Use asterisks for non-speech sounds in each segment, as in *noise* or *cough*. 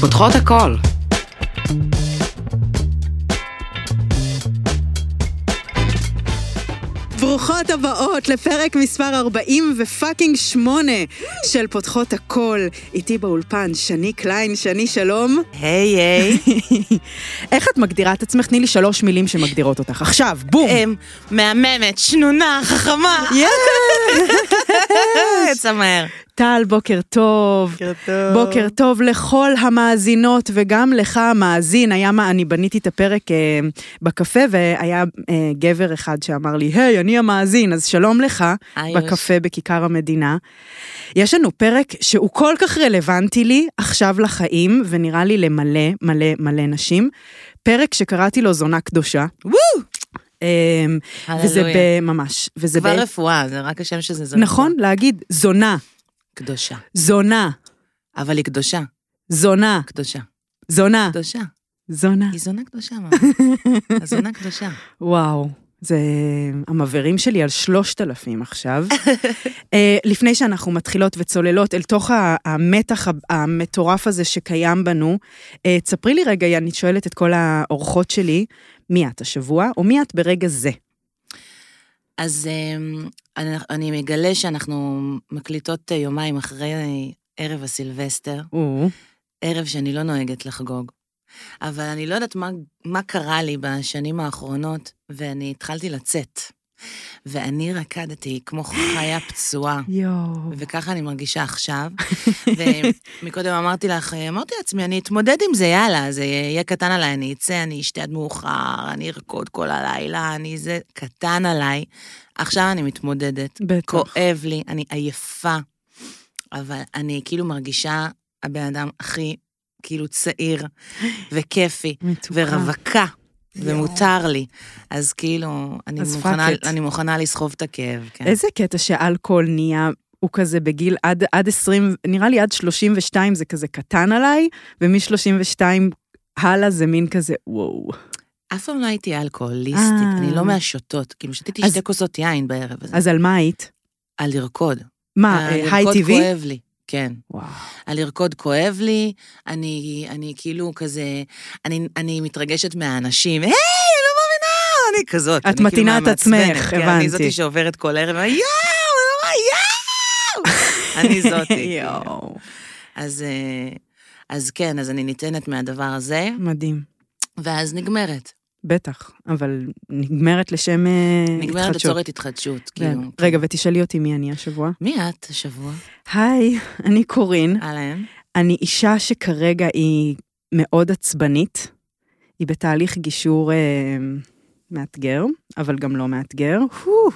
פותחות הכל. ברוכות הבאות לפרק מספר 40 ופאקינג 8 של פותחות הכל. איתי באולפן, שני קליין, שני שלום. היי היי. *laughs* איך את מגדירה את עצמך? תני לי שלוש מילים שמגדירות אותך. עכשיו, בום. אמ, מהממת, שנונה, חכמה. יצא מהר. טל, בוקר טוב. בוקר טוב. בוקר טוב לכל המאזינות וגם לך המאזין. היה מה, אני בניתי את הפרק אה, בקפה והיה אה, גבר אחד שאמר לי, היי, אני המאזין, אז שלום לך, היי, בקפה בכיכר המדינה. יש לנו פרק שהוא כל כך רלוונטי לי עכשיו לחיים, ונראה לי למלא מלא מלא נשים. פרק שקראתי לו זונה קדושה. וואו! וזה הללויה. ב- ממש, וזה ב... כבר רפואה, זה רק השם שזה זונה. נכון, להגיד זונה, קדושה. זונה, אבל היא קדושה. זונה, קדושה. זונה, קדושה. זונה. היא זונה קדושה, *laughs* מה? זונה קדושה. וואו, זה המבערים שלי על שלושת אלפים *laughs* עכשיו. אה, לפני שאנחנו מתחילות וצוללות אל תוך ה- המתח ה- המטורף הזה שקיים בנו, אה, תספרי לי רגע, אני שואלת את כל האורחות שלי, מי את השבוע, או מי את ברגע זה? אז אמ, אני- אני מגלה שאנחנו מקליטות אה, יומיים אחרי אה, ערב הסילבסטר. או, ערב שאני לא נוהגת לחגוג. אבל אני לא יודעת מה, מה קרה לי בשנים האחרונות, ואני התחלתי לצאת. ואני רקדתי כמו חיה פצועה, יואו. וככה אני מרגישה עכשיו. ומקודם אמרתי לך, אמרתי לעצמי, אני אתמודד עם זה, יאללה, זה יהיה קטן עליי, אני אצא, אני אשתה עד מאוחר, אני ארקוד כל הלילה, אני זה קטן עליי. עכשיו אני מתמודדת. בטח. כואב לי, אני עייפה, אבל אני כאילו מרגישה הבן אדם הכי כאילו צעיר וכיפי מתוקה. ורווקה, ומותר לי. אז כאילו, אני אז מוכנה- fuck it. אני מוכנה לסחוב את הכאב, כן. איזה קטע שאלכוהול נהיה... הוא כזה בגיל עד, עד 20, נראה לי עד 32 זה כזה קטן עליי, ומ-32 הלאה זה מין כזה, וואו. אף פעם לא הייתי אלכוהוליסטית, אה. אני לא מהשותות, כאילו שתיתי אז- שתי כוסות יין בערב הזה. אז על מה היית? על לרקוד. מה, אה, על היי אה, לרקוד טיווי? כואב לי, כן. וואו. על לרקוד כואב לי, אני, אני כאילו כזה, אני, אני מתרגשת מהאנשים, היי, אני לא מאמינה, אני כזאת. את אני כאילו מתינה את מהמעצבנת, עצמך, כן, הבנתי. אני זאתי שעוברת כל ערב, יואו, אני לא מאמינה, יואו, *laughs* אני זאתי. כאילו. *laughs* יואו. אז, אה, אז כן, אז אני ניתנת מהדבר הזה, מדהים. ואז נגמרת. בטח, אבל נגמרת לשם אה, נגמרת התחדשות. לצורת התחדשות, כן. כאילו. רגע, ותשאלי אותי מי אני השבוע. מי את השבוע? היי, *laughs* אני קורין. אהלן. אני אישה שכרגע היא מאוד עצבנית. היא בתהליך גישור אה, מאתגר, אבל גם לא מאתגר. הו.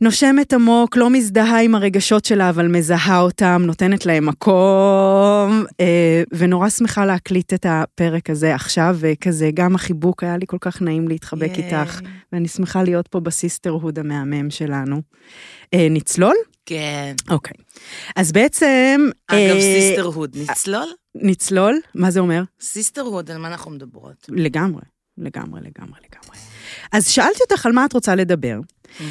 נושמת עמוק, לא מזדהה עם הרגשות שלה, אבל מזהה אותם, נותנת להם מקום, אה, ונורא שמחה להקליט את הפרק הזה עכשיו, וכזה, גם החיבוק, היה לי כל כך נעים להתחבק ייי. איתך, ואני שמחה להיות פה בסיסטרהוד המהמם שלנו. אה, נצלול? כן. אוקיי. אז בעצם... אגב, אה, סיסטרהוד, נצלול? נצלול, מה זה אומר? סיסטרהוד, על מה אנחנו מדברות? לגמרי, לגמרי, לגמרי, לגמרי. אז שאלתי אותך על מה את רוצה לדבר,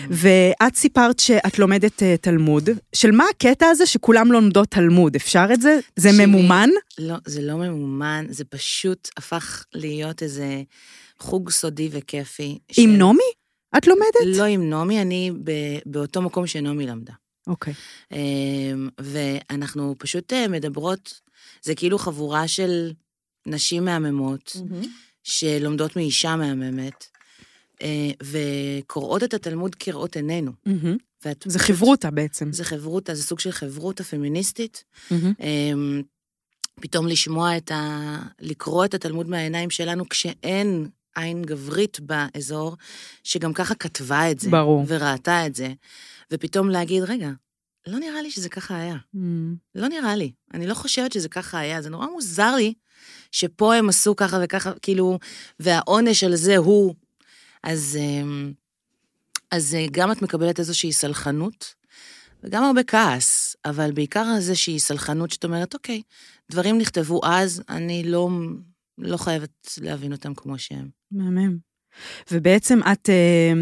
ואת סיפרת שאת לומדת אה, תלמוד. של מה הקטע הזה שכולם לומדות תלמוד? אפשר את זה? זה תקשיבי, ממומן? לא, זה לא ממומן, זה פשוט הפך להיות איזה חוג סודי וכיפי. עם של- נעמי? את לומדת? לא עם נעמי, אני ב, באותו מקום שנעמי למדה. אוקיי. אמ, ואנחנו פשוט אה, מדברות, זה כאילו חבורה של נשים מהממות, Mm. שלומדות מאישה מהממת, אה, וקוראות את התלמוד כראות עינינו. מהמם. ואת זה פשוט- חברותא בעצם. זה חברותא, זה סוג של חברותא פמיניסטית. מהמם. אמ, פתאום לשמוע את ה... לקרוא את התלמוד מהעיניים שלנו כשאין עין גברית באזור, שגם ככה כתבה את זה. ברור. וראתה את זה. ופתאום להגיד, רגע, לא נראה לי שזה ככה היה. מהמם. לא נראה לי. אני לא חושבת שזה ככה היה. זה נורא מוזר לי שפה הם עשו ככה וככה, כאילו, והעונש על זה הוא. אז, אמ, אז אה, גם את מקבלת איזושהי סלחנות, וגם הרבה כעס, אבל בעיקר איזושהי סלחנות שאת אומרת, אוקיי, דברים נכתבו אז, אני לא, לא חייבת להבין אותם כמו שהם. מהמם. ובעצם את, אה,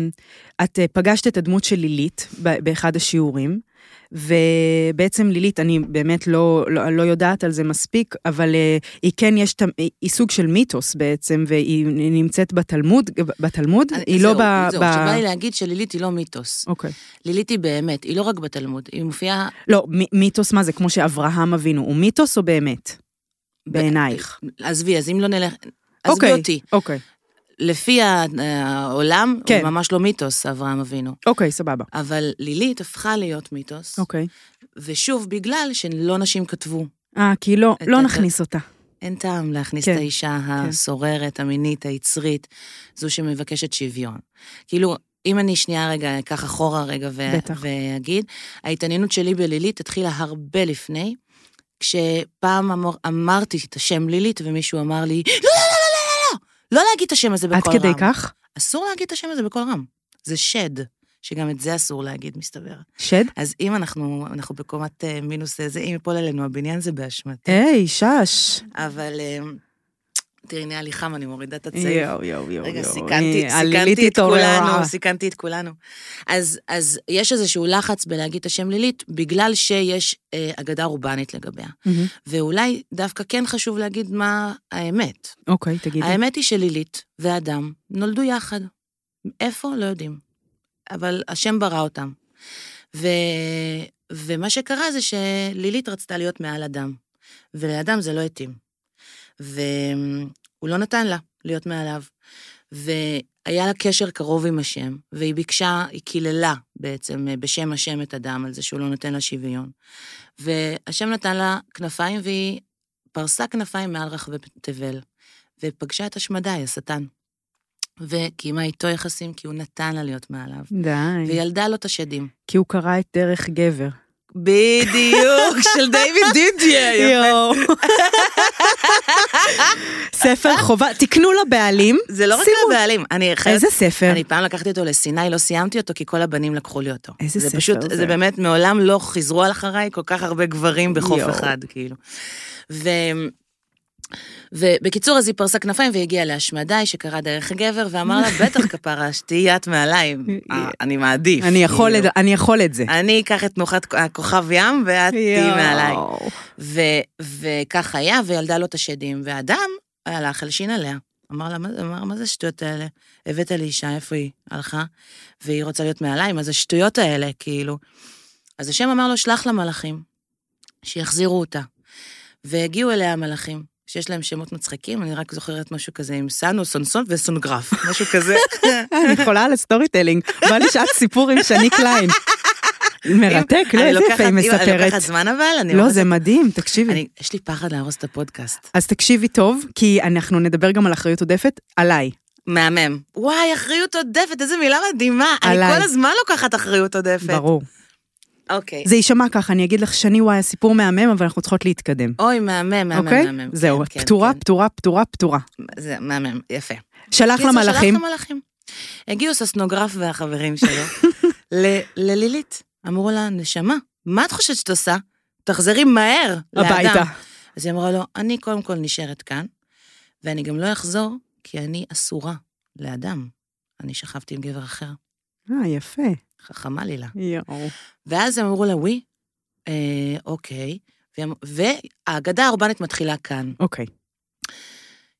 את אה, פגשת את הדמות של לילית ב- באחד השיעורים, ובעצם לילית, אני באמת לא, לא, לא יודעת על זה מספיק, אבל אה, היא כן, יש, תמ- היא- היא סוג של מיתוס בעצם, והיא נמצאת בתלמוד, בתלמוד? אני- היא לא אה, זהו, ב... זהו, ב- שבא לי להגיד שלילית היא לא מיתוס. אוקיי. לילית היא באמת, היא לא רק בתלמוד, היא מופיעה... לא, מ- מיתוס מה זה? כמו שאברהם אבינו, הוא מיתוס או באמת? ב- בעינייך. עזבי, אז אם לא נלך... עזבי אוקיי, אותי. אוקיי, לפי ה- העולם, כן. הוא ממש לא מיתוס, אברהם אבינו. אוקיי, סבבה. אבל לילית הפכה להיות מיתוס, אוקיי. ושוב, בגלל שלא נשים כתבו. אה, כי לא, את- לא את- נכניס אותה. אין טעם להכניס כן, את האישה הסוררת, המינית, היצרית, זו שמבקשת שוויון. כאילו, אם אני שנייה רגע אקח אחורה רגע ו- בטח. ואגיד, ההתעניינות שלי בלילית התחילה הרבה לפני, כשפעם אמר, אמרתי את השם לילית ומישהו אמר לי, לא, לא, לא, לא, לא, לא, לא להגיד את השם הזה בקול עד רם. כדי כך? אסור להגיד את השם הזה בקול רם. זה שד, שגם את זה אסור להגיד, מסתבר. שד? אז אם אנחנו, אנחנו בקומת אה, מינוס זה, אם יפול עלינו הבניין זה באשמתי. היי, שש. אבל אה, תראי, נהיה לי חם, אני מורידה את הצעיף. יואו, יואו, יואו. רגע, יואו. סיכנתי, אה, עלילית סיכנתי את התעוררה. כולנו, סיכנתי את כולנו. אז, אז יש איזשהו לחץ בלהגיד את השם לילית, בגלל שיש אה, אגדה אורבנית לגביה. מהמם. ואולי דווקא כן חשוב להגיד מה האמת. אוקיי, תגידי. האמת היא שלילית ואדם נולדו יחד. איפה? לא יודעים. אבל השם ברא אותם. ו... ומה שקרה זה שלילית רצתה להיות מעל אדם, ולאדם זה לא התאים. והוא לא נתן לה להיות מעליו. והיה לה קשר קרוב עם השם, והיא ביקשה, היא קיללה בעצם אה, בשם השם את אדם על זה שהוא לא נותן לה שוויון. והשם נתן לה כנפיים, והיא פרסה כנפיים מעל רחבי תבל. ופגשה את השמדי, השטן. וקיימה איתו יחסים כי הוא נתן לה להיות מעליו. די. וילדה לו את השדים. כי הוא קרא את דרך גבר. בדיוק, של דיוויד דידיה. *laughs* יואו. *laughs* ספר חובה, תקנו לבעלים. זה לא רק שימו- לבעלים, אני חייבת... איזה ספר? אני פעם לקחתי אותו לסיני, לא סיימתי אותו, כי כל הבנים לקחו לי אותו. איזה ספר זה פשוט, זה? זה באמת, מעולם לא חזרו על אחריי כל כך הרבה גברים בחוף יואו. אחד, כאילו. ו... ובקיצור, אז היא פרסה כנפיים והגיעה להשמדי, שקרא דרך גבר, ואמר לה, *laughs* בטח כפרה, שתהיי את מעליי, אה, אני מעדיף. אני יכול כאילו. את- אני יכול את זה. אני אקח את תנוחת הכוכב ים, ואת תהיי יואו. מעליי. ו- וכך היה, וילדה לו את השדים, והאדם הלך, הלשין עליה. אמר לה, מה, זה- אמר, מה זה השטויות האלה? הבאת לי אישה, איפה היא? הלכה, והיא רוצה להיות מעליי, מה זה השטויות האלה, כאילו? אז השם אמר לו, שלח לה מלאכים, שיחזירו אותה. והגיעו אליה המלאכים, שיש להם שמות מצחיקים, אני רק זוכרת משהו כזה עם סנו, סונסון וסונגרף, *laughs* משהו כזה. אה, אני חולה על הסטורי טלינג, בא לי שעת סיפור עם שני קליין. מרתק, לא, אני איזה לוקחת- יפה היא אני מספרת. לוקחת זמן אבל, אני לא, לוקחת- זה מדהים, תקשיבי. אני- יש לי פחד להרוס את הפודקאסט. אז תקשיבי טוב, כי אנחנו נדבר גם על אחריות עודפת, עליי. מהמם. וואי, אחריות עודפת, איזה מילה מדהימה. אני עליי. כל הזמן לוקחת אחריות עודפת. ברור. אוקיי. זה יישמע ככה, אני אגיד לך, שני, וואי, הסיפור מהמם, אבל אנחנו צריכות להתקדם. אוי, מהמם, מהמם, אוקיי? מהמם. זהו, כן, פטורה, כן. פטורה, פטורה, פטורה. זה מהמם, יפה. כן, שלח קיצור, למלאכים. שלח למלאכים. הגיעו ססנוגרף והחברים שלו *laughs* ל- ללילית. אמרו לה, נשמה, מה את חושבת שאת עושה? תחזרי מהר לאדם. הביתה. אז היא אמרה לו, אני קודם כל נשארת כאן, ואני גם לא אחזור, כי אני אסורה לאדם. אני שכבתי עם גבר אחר. אה, יפה. חכמה לי לה. יואו. ואז הם אמרו לה, וואי, אה, אוקיי. והם- והאגדה האורבנית מתחילה כאן. אוקיי.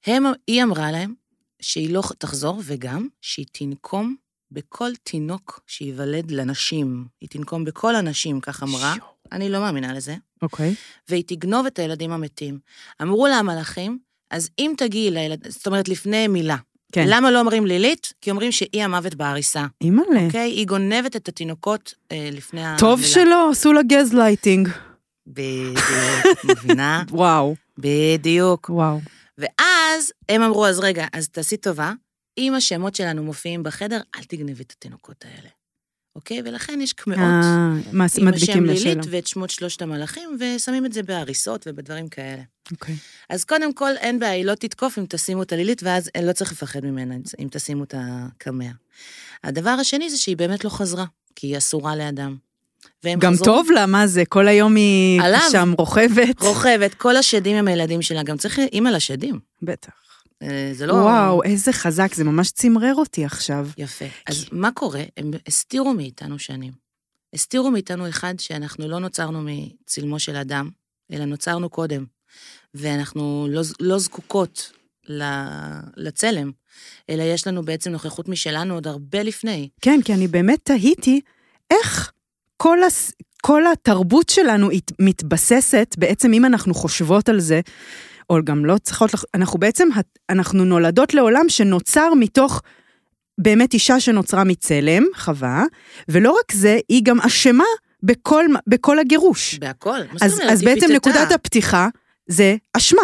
הם, היא אמרה להם שהיא לא תחזור, וגם שהיא תנקום בכל תינוק שייוולד לנשים. היא תנקום בכל הנשים, כך אמרה. שיו. אני לא מאמינה לזה. אוקיי. והיא תגנוב את הילדים המתים. אמרו לה המלאכים, אז אם תגיעי לילד, זאת אומרת, לפני מילה. כן. למה לא אומרים לילית? כי אומרים שהיא המוות בעריסה, אימא'לה. אוקיי? היא גונבת את התינוקות אה, לפני המילה. טוב שלא, עשו לה גזלייטינג. בדיוק, מבינה? וואו. בדיוק. וואו. ואז הם אמרו, אז רגע, אז תעשי טובה, אם השמות שלנו מופיעים בחדר, אל תגנבי את התינוקות האלה. אוקיי? ולכן יש קמעות. אה, מה, עם השם מדביקים לילית לשאלה. ואת שמות שלושת המלאכים, ושמים את זה בהריסות ובדברים כאלה. אוקיי. אז קודם כל, אין בעיה, היא לא תתקוף אם תשימו את הלילית, ואז לא צריך לפחד ממנה אם תשימו את הקמע. הדבר השני זה שהיא באמת לא חזרה, כי היא אסורה לאדם. והם גם חזרו- טוב לה, מה זה? כל היום היא עליו. שם רוכבת. רוכבת, כל השדים הם הילדים שלה, גם צריך אימא לשדים. בטח. אה, זה לא... וואו, איזה חזק, זה ממש צמרר אותי עכשיו. יפה. אז מה קורה? הם הסתירו מאיתנו שנים. הסתירו מאיתנו אחד שאנחנו לא נוצרנו מצלמו של אדם, אלא נוצרנו קודם. ואנחנו לא, ז- לא זקוקות ל- לצלם, אלא יש לנו בעצם נוכחות משלנו עוד הרבה לפני. כן, כי אני באמת תהיתי איך כל, הס... כל התרבות שלנו הת- מתבססת, בעצם אם אנחנו חושבות על זה, או גם לא צריכות, לח... אנחנו בעצם, הת- אנחנו נולדות לעולם שנוצר מתוך באמת אישה שנוצרה מצלם, חווה, ולא רק זה, היא גם אשמה בכל, מה- בכל הגירוש. בהכל. מה זאת אז, אומרת? אז היא בעצם פיתתה. נקודת הפתיחה זה אשמה.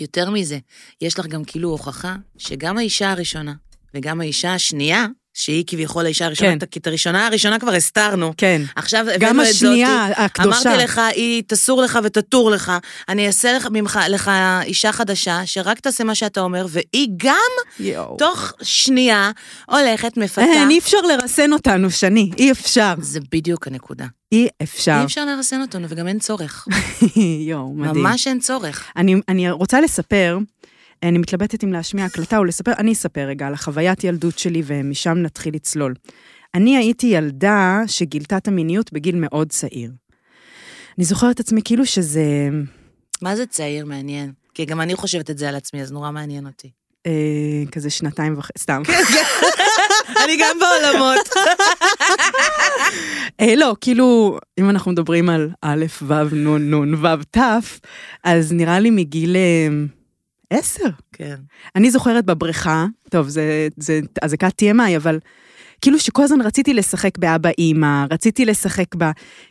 יותר מזה, יש לך גם כאילו הוכחה שגם האישה הראשונה וגם האישה השנייה, שהיא כביכול האישה הראשונה, כן. כי את הראשונה הראשונה כבר הסתרנו. כן. עכשיו גם הבאנו את זאתי. השנייה, הקדושה. אמרתי לך, היא תסור לך ותטור לך, אני אעשה לך, ממך, לך אישה חדשה, שרק תעשה מה שאתה אומר, והיא גם יואו. אה, תוך שנייה הולכת, מפתה. אין, אי אפשר לרסן אותנו, שני, אי אפשר. זה בדיוק הנקודה. אי אפשר. אי אפשר לרסן אותנו, וגם אין צורך. יואו, *laughs* מדהים. ממש אין צורך. אני, אני רוצה לספר, אני מתלבטת אם להשמיע הקלטה או לספר, אני אספר רגע על החוויית ילדות שלי ומשם נתחיל לצלול. אני הייתי ילדה שגילתה את המיניות בגיל מאוד צעיר. אני זוכרת את עצמי כאילו שזה... מה זה צעיר מעניין? כי גם אני חושבת את זה על עצמי, אז נורא *laughs* מעניין אותי. אה, כזה שנתיים וחצי, סתם. אני גם בעולמות. *laughs* אה, לא, כאילו, אם אנחנו מדברים על א', ו', נ', נ', ו', ת', אז נראה לי מגיל אה, עשר. *laughs* כן. אני זוכרת בבריכה, טוב, זה, זה אזעקת TMI, אבל כאילו שכל הזמן רציתי לשחק באבא אימא, רציתי לשחק ב...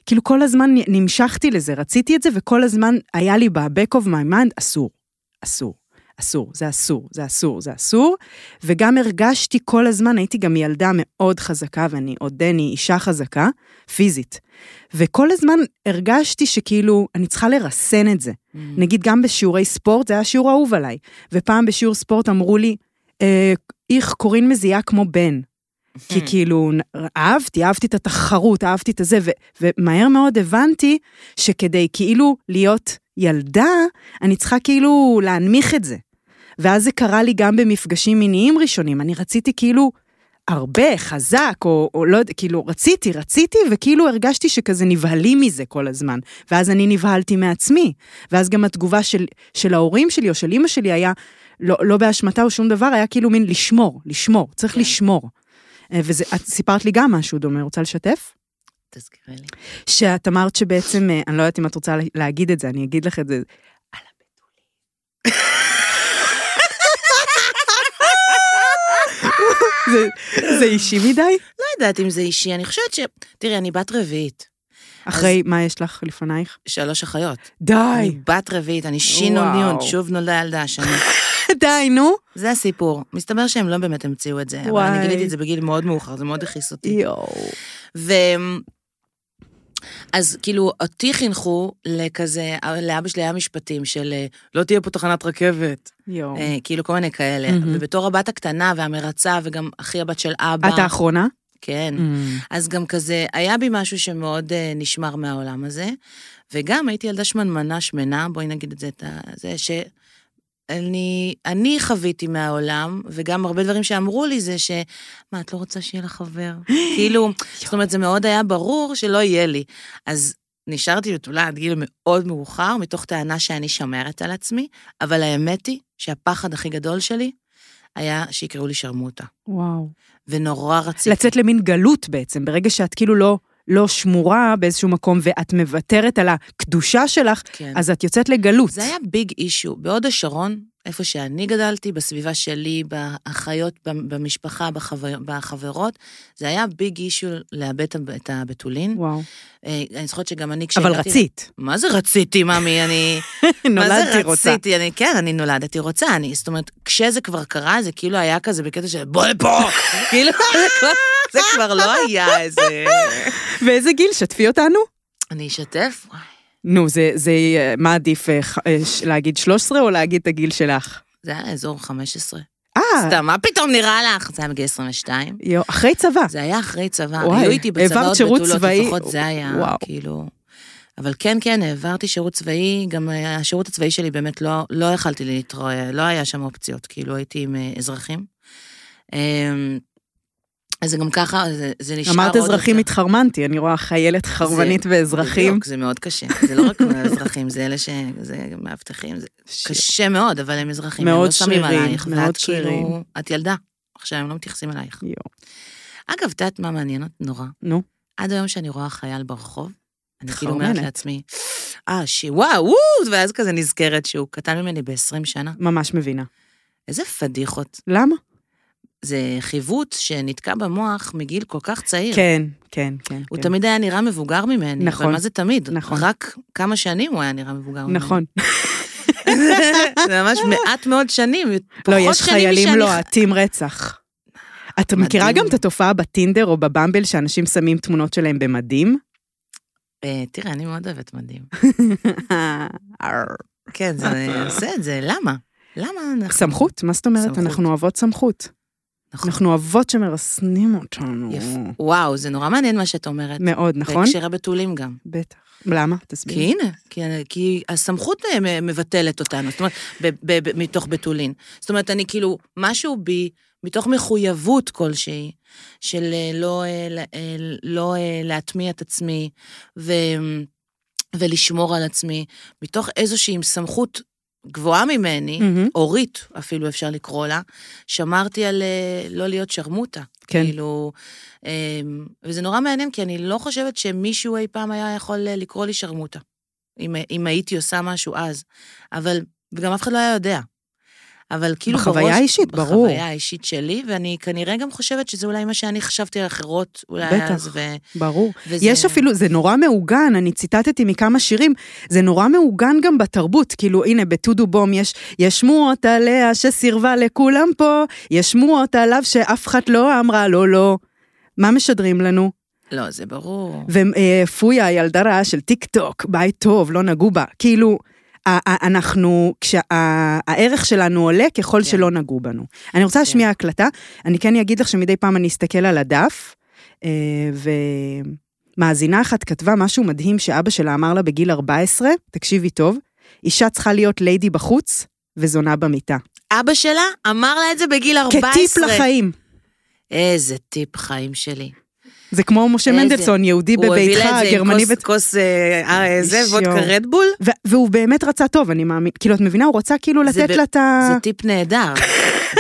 כאילו כל הזמן נמשכתי לזה, רציתי את זה, וכל הזמן היה לי ב-back of my mind, אסור, אסור. אסור, זה אסור, זה אסור, זה אסור. וגם הרגשתי כל הזמן, הייתי גם ילדה מאוד חזקה, ואני עודני אישה חזקה, פיזית. וכל הזמן הרגשתי שכאילו, אני צריכה לרסן את זה. כן. נגיד גם בשיעורי ספורט, זה היה שיעור אהוב עליי. ופעם בשיעור ספורט אמרו לי, אה, איך קורין מזיעה כמו בן. כי Mm. Mm-hmm. כאילו, נ- אהבתי, אהבתי את התחרות, אהבתי את הזה, ו- ומהר מאוד הבנתי שכדי כאילו להיות ילדה, אני צריכה כאילו להנמיך את זה. ואז זה קרה לי גם במפגשים מיניים ראשונים, אני רציתי כאילו הרבה, חזק, או, או לא יודע, כאילו, רציתי, רציתי, וכאילו הרגשתי שכזה נבהלים מזה כל הזמן. ואז אני נבהלתי מעצמי. ואז גם התגובה של, של ההורים שלי או של אימא שלי היה, לא, לא באשמתה או שום דבר, היה כאילו מין לשמור, לשמור, צריך כן. כן. לשמור. אה, וזה, את סיפרת לי גם משהו דומה, רוצה לשתף? תזכרי לי. שאת אמרת שבעצם, אה, אני לא יודעת אם את רוצה לה- להגיד את זה, אני אגיד לך את זה. על הבתולים. זה, זה אישי מדי? לא יודעת אם זה אישי, אני חושבת ש... תראי, אני בת רביעית. אחרי, מה יש לך לפנייך? שלוש אחיות. אני די, בת רביעית, אני שינוניון, וואו. שוב נולדה ילדה השנה. *laughs* די, נו. זה הסיפור. מסתבר שהם לא באמת המציאו את זה, אבל וואי. אני גיליתי את זה בגיל מאוד מאוחר, זה מאוד הכעיס אותי. יואו. ו... אז כאילו, אותי חינכו לכזה, לאבא שלי היה משפטים של אה, לא תהיה פה תחנת רכבת, יואו. אה, כאילו כל מיני כאלה. מהמם. ובתור הבת הקטנה והמרצה, וגם אחי הבת של אבא. את האחרונה? כן. אז גם כזה, היה בי משהו שמאוד אה, נשמר מהעולם הזה, וגם הייתי ילדה שמנמנה שמנה, בואי נגיד את זה, את ה... זה ש... אני, אני חוויתי מהעולם, וגם הרבה דברים שאמרו לי זה ש... מה, את לא רוצה שיהיה לך חבר? כאילו, זאת אומרת, זה מאוד היה ברור שלא יהיה לי. אז נשארתי בתולה עד גיל מאוד מאוחר, מתוך טענה שאני שומרת על עצמי, אבל האמת היא שהפחד הכי גדול שלי היה שיקראו לי שרמוטה, וואו. ונורא רציתי. לצאת למין גלות בעצם, ברגע שאת כאילו לא, לא שמורה באיזשהו מקום ואת מוותרת על הקדושה שלך, כן. אז את יוצאת לגלות. זה היה ביג אישיו. בהוד השרון, איפה שאני גדלתי, בסביבה שלי, באחיות, במ- במשפחה, בחבר, בחברות, זה היה ביג אישיו לאבד את הב- את הבתולין. וואו. אה, אני זוכרת שגם אני אבל כשהגעתי... רצית. מה זה רציתי, ממי? אני... *laughs* נולדתי מה זה רוצה. רציתי? אני, כן, אני נולדתי רוצה. אני, זאת אומרת, כשזה כבר קרה, זה כאילו היה כזה בקטע של בוא לפה! *laughs* כאילו, זה כבר לא היה איזה... ואיזה גיל? שתפי אותנו. אני אשתף? וואי. נו, זה, זה, אה, מה עדיף, אה, ח- אה, ש- להגיד 13 או להגיד את הגיל שלך? זה היה אזור 15. אה, סתם, מה פתאום נראה לך? זה היה בגיל 22. יו, אחרי צבא. זה היה אחרי צבא, לא וואי, היו איתי העברת בצבאות שירות בתולות, צבאי? לפחות לא, זה היה, וואו. כאילו... אבל כן, כן, העברתי שירות צבאי, גם אה, השירות הצבאי שלי באמת לא, לא יכלתי להתראה, לא היה שם אופציות, כאילו הייתי עם אה, אזרחים. אמ, אז זה גם ככה, זה, זה נשאר אמרת עוד אזרחים, יותר. התחרמנתי, אני רואה חיילת חרמנית ואזרחים. בדיוק, זה מאוד קשה. זה לא רק *laughs* אזרחים, זה אלה ש... זה גם מאבטחים, זה ש- קשה מאוד, אבל הם אזרחים, הם מאוד לא שמים שרירים, עלייך. מאוד ואת שרירים. כאילו, את ילדה, עכשיו הם לא מתייחסים אלייך. יואו. אגב, את יודעת מה מעניין נורא? נו. עד היום שאני רואה חייל ברחוב, אני כאילו חרמנת. אומרת לעצמי, אה, שי, וואו, וואו, ואז כזה נזכרת שהוא קטן ממני ב-20 שנה. ממש מבינה. איזה פדיחות. למה? זה חיווט שנתקע במוח מגיל כל כך צעיר. כן, כן, כן. הוא כן. תמיד היה נראה מבוגר ממני, נכון. אבל מה זה תמיד? נכון. רק כמה שנים הוא היה נראה מבוגר ממני. נכון. *laughs* זה ממש מעט מאוד שנים, לא, פחות יש שנים חיילים לא משאני- לוהטים רצח. את מדהים. מכירה גם את התופעה בטינדר או בבמבל שאנשים שמים תמונות שלהם *laughs* במדים? אה, תראה, אני מאוד אוהבת מדים. *laughs* כן, זה עושה את זה, למה? למה אנחנו... סמכות? מה זאת אומרת? סמכות. אנחנו אוהבות סמכות. נכון. אנחנו אוהבות שמרסנים אותנו. יפה. וואו, זה נורא מעניין מה שאת אומרת. מאוד, Mm. נכון? בהקשר הבתולים גם. בטח. למה? כי תסבירי. הנה, כי, כי הסמכות אה, מ- מבטלת אותנו, זאת אומרת, ב, ב, ב, מתוך בתולין. זאת אומרת, אני כאילו, משהו בי, מתוך מחויבות כלשהי, של אה, לא, אה, ל- אה, לא אה, להטמיע את עצמי ו, ולשמור על עצמי, מתוך איזושהי סמכות גבוהה ממני, מהמם. הורית אפילו אפשר לקרוא לה, שמרתי על אה, לא להיות שרמוטה. כן. כאילו, אמ, וזה נורא מעניין, כי אני לא חושבת שמישהו אי פעם היה יכול אה, לקרוא לי שרמוטה, אם, אם הייתי עושה משהו אז. אבל, וגם אף אחד לא היה יודע. אבל כאילו בראש... בחוויה האישית, ברור. בחוויה האישית שלי, ואני כנראה גם חושבת שזה אולי מה שאני חשבתי על אחרות, אולי בטח. אז, ו, ברור. וזה... יש אפילו, זה נורא מעוגן, אני ציטטתי מכמה שירים, זה נורא מעוגן גם בתרבות, כאילו הנה בטודו בום יש, יש שמועות עליה שסירבה לכולם פה, יש שמועות עליו שאף אחת לא אמרה לא לא. מה משדרים לנו? לא, זה ברור. ופויה, אה, הילדה רעה של טיק טוק, בית טוב, לא נגעו בה. כאילו, ה- ה- אנחנו, כשהערך שלנו עולה ככל כן. שלא נגעו בנו. אני רוצה להשמיע הקלטה, אני כן אגיד לך שמדי פעם אני אסתכל על הדף, אה, ומאזינה אחת כתבה משהו מדהים שאבא שלה אמר לה בגיל 14, תקשיבי טוב, אישה צריכה להיות ליידי בחוץ וזונה במיטה. אבא שלה אמר לה את זה בגיל 14. כטיפ לחיים. איזה טיפ חיים שלי. זה כמו משה איזה- מנדלסון, יהודי הוא הביא בביתך, לה את זה עם גרמני כוס- כוס אה, אה, זה אישו. וודקה רדבול. ו- והוא באמת רצה טוב, אני מאמין. כאילו, את מבינה? הוא רצה כאילו זה לתת ב- לה את ה... זה *laughs* טיפ נהדר.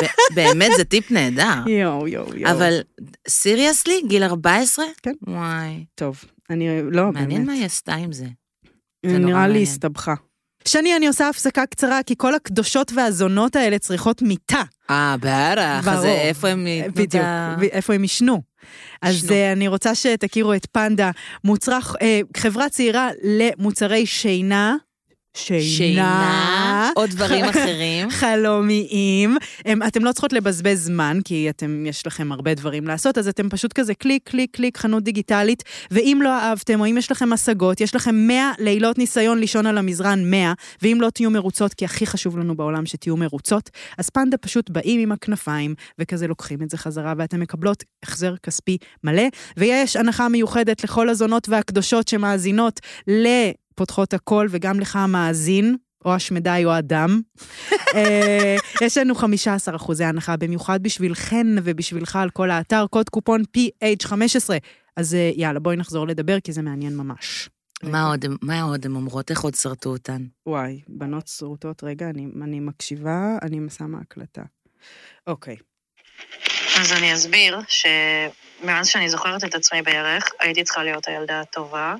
ב- באמת, זה טיפ נהדר. יואו, יואו, יואו. אבל סיריוסלי, גיל 14? כן. וואי, טוב, אני... לא, מעניין באמת. מה היא עשתה עם זה. זה נורא נראה לי מעניין. הסתבכה. שני, אני עושה הפסקה קצרה, כי כל הקדושות והזונות האלה צריכות מיטה. אה, בערך, אז ברור. אה, איפה הם... ייתנו את בדיוק, ה- ו- איפה הם ישנו. אז ישנו. אה, אני רוצה שתכירו את פנדה, מוצרך, אה, חברה צעירה למוצרי שינה. שינה, או *laughs* דברים אחרים. חלומיים. הם, אתם לא צריכות לבזבז זמן, כי אתם, יש לכם הרבה דברים לעשות, אז אתם פשוט כזה קליק, קליק, קליק, חנות דיגיטלית, ואם לא אהבתם, או אם יש לכם השגות, יש לכם 100 לילות ניסיון לישון על המזרן, 100, ואם לא תהיו מרוצות, כי הכי חשוב לנו בעולם שתהיו מרוצות, אז פנדה פשוט באים עם הכנפיים, וכזה לוקחים את זה חזרה, ואתם מקבלות החזר כספי מלא, ויש הנחה מיוחדת לכל הזונות והקדושות שמאזינות לפותחות הכל, וגם לך המאזין. או השמדי או הדם. אה, יש לנו 15 אחוזי הנחה, במיוחד בשבילכן ובשבילך על כל האתר, קוד קופון PH15. אז אה, יאללה, בואי נחזור לדבר, כי זה מעניין ממש. מה עוד הם- מה עוד הם אומרות? איך עוד שרטו אותן? וואי, בנות שרוטות, רגע, אני, אני מקשיבה, אני שמה הקלטה. אוקיי. אז אני אסביר שמאז שאני זוכרת את עצמי בערך, הייתי צריכה להיות הילדה הטובה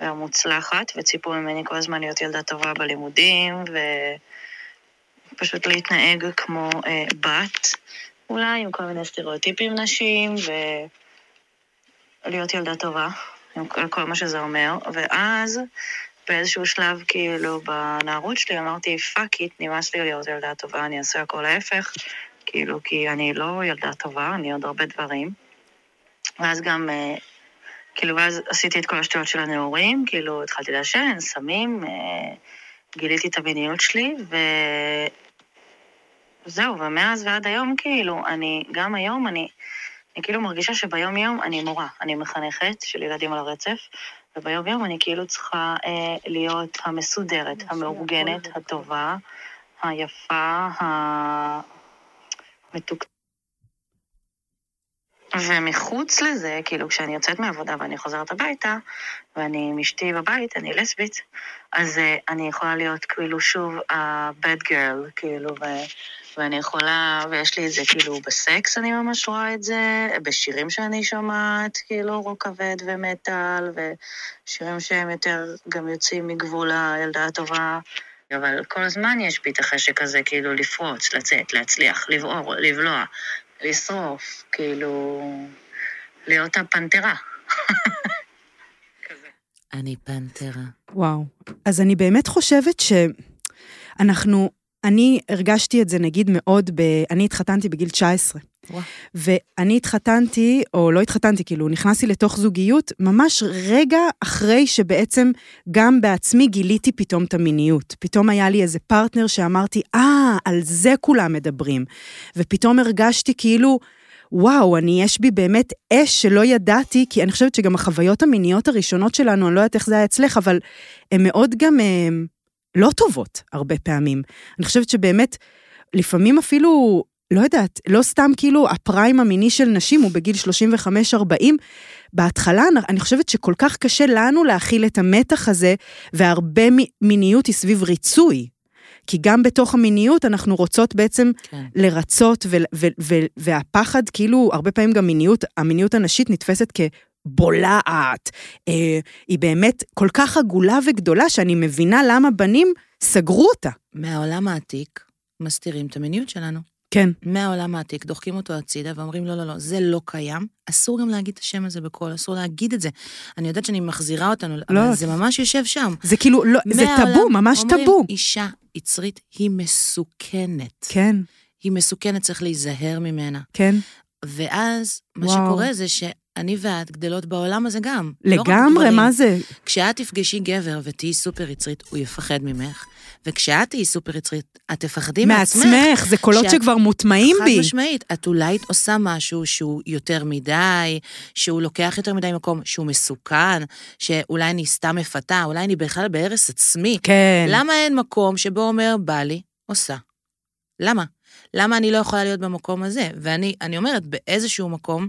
והמוצלחת, וציפו ממני כל הזמן להיות ילדה טובה בלימודים, ופשוט להתנהג כמו אה, בת, אולי עם כל מיני סטריאוטיפים נשיים, ולהיות ילדה טובה, עם כל, כל מה שזה אומר, ואז... באיזשהו שלב, כאילו, בנערות שלי אמרתי, פאק איט, נמאס לי להיות ילדה טובה, אני אעשה הכל ההפך. כאילו, כי אני לא ילדה טובה, אני עוד הרבה דברים. ואז גם, אה, כאילו, ואז עשיתי את כל השטויות של הנעורים, כאילו, התחלתי לעשן, סמים, אה, גיליתי את המיניות שלי, ו... זהו, ומאז ועד היום, כאילו, אני, גם היום אני אני כאילו מרגישה שביום-יום אני מורה, אני מחנכת של ילדים על הרצף, וביום-יום אני כאילו צריכה אה, להיות המסודרת, המאורגנת, הטובה, היפה, המתוקצבת. ומחוץ לזה, כאילו, כשאני יוצאת מהעבודה ואני חוזרת הביתה, ואני עם אשתי בבית, אני לסבית, אז אה, אני יכולה להיות כאילו שוב ה-bad girl, כאילו, ו... ואני יכולה, ויש לי את זה כאילו בסקס, אני ממש רואה את זה, בשירים שאני שומעת, כאילו רוק כבד ומטאל, ושירים שהם יותר גם יוצאים מגבול הילדה הטובה. אבל כל הזמן יש בי את החשק הזה, כאילו לפרוץ, לצאת, להצליח, לבעור, לבלוע, לשרוף, כאילו, להיות הפנתרה. אני פנתרה. וואו. אז אני באמת חושבת שאנחנו, אני הרגשתי את זה נגיד מאוד ב... אני התחתנתי בגיל 19. וואו. ואני התחתנתי, או לא התחתנתי, כאילו, נכנסתי לתוך זוגיות ממש רגע אחרי שבעצם גם בעצמי גיליתי פתאום את המיניות. פתאום היה לי איזה פרטנר שאמרתי, אה, על זה כולם מדברים. ופתאום הרגשתי כאילו, וואו, אני, יש בי באמת אש שלא ידעתי, כי אני חושבת שגם החוויות המיניות הראשונות שלנו, אני לא יודעת איך זה היה אצלך, אבל הן מאוד גם הם, לא טובות הרבה פעמים. אני חושבת שבאמת, לפעמים אפילו, לא יודעת, לא סתם כאילו הפריים המיני של נשים הוא בגיל 35-40. בהתחלה, אני- אני חושבת שכל כך קשה לנו להכיל את המתח הזה, והרבה מ- מיניות היא סביב ריצוי. כי גם בתוך המיניות אנחנו רוצות בעצם כן. לרצות, ו- ו- ו- והפחד, כאילו, הרבה פעמים גם מיניות, המיניות הנשית נתפסת כבולעת. אה, היא באמת כל כך עגולה וגדולה, שאני מבינה למה בנים סגרו אותה. מהעולם העתיק מסתירים את המיניות שלנו. כן. מהעולם העתיק, דוחקים אותו הצידה ואומרים, לא, לא, לא, זה לא קיים. אסור גם להגיד את השם הזה בקול, אסור להגיד את זה. אני יודעת שאני מחזירה אותנו, לא. אבל זה ממש יושב שם. זה כאילו, לא, זה מהעולם טאבו, ממש אומרים, טאבו. אישה יצרית היא מסוכנת. כן, היא מסוכנת, צריך להיזהר ממנה. כן, לא ואז, מה וואו. שקורה זה שאני ואת גדלות בעולם הזה גם. לא רק לגמרי, גברים. מה זה? כשאת תפגשי גבר ותהיי סופר יצרית, הוא יפחד ממך. וכשאת תהיי סופר יצרית, את תפחדי מעצמך. מעצמך, זה קולות שאת- שכבר מוטמעים בי. חד משמעית, את אולי עושה משהו שהוא יותר מדי, שהוא לוקח יותר מדי מקום, שהוא מסוכן, שאולי אני סתם מפתה, אולי אני בכלל בהרס עצמי. כן, למה אין מקום שבו אומר, בא לי, עושה? למה? למה אני לא יכולה להיות במקום הזה? ואני אני אומרת, באיזשהו מקום,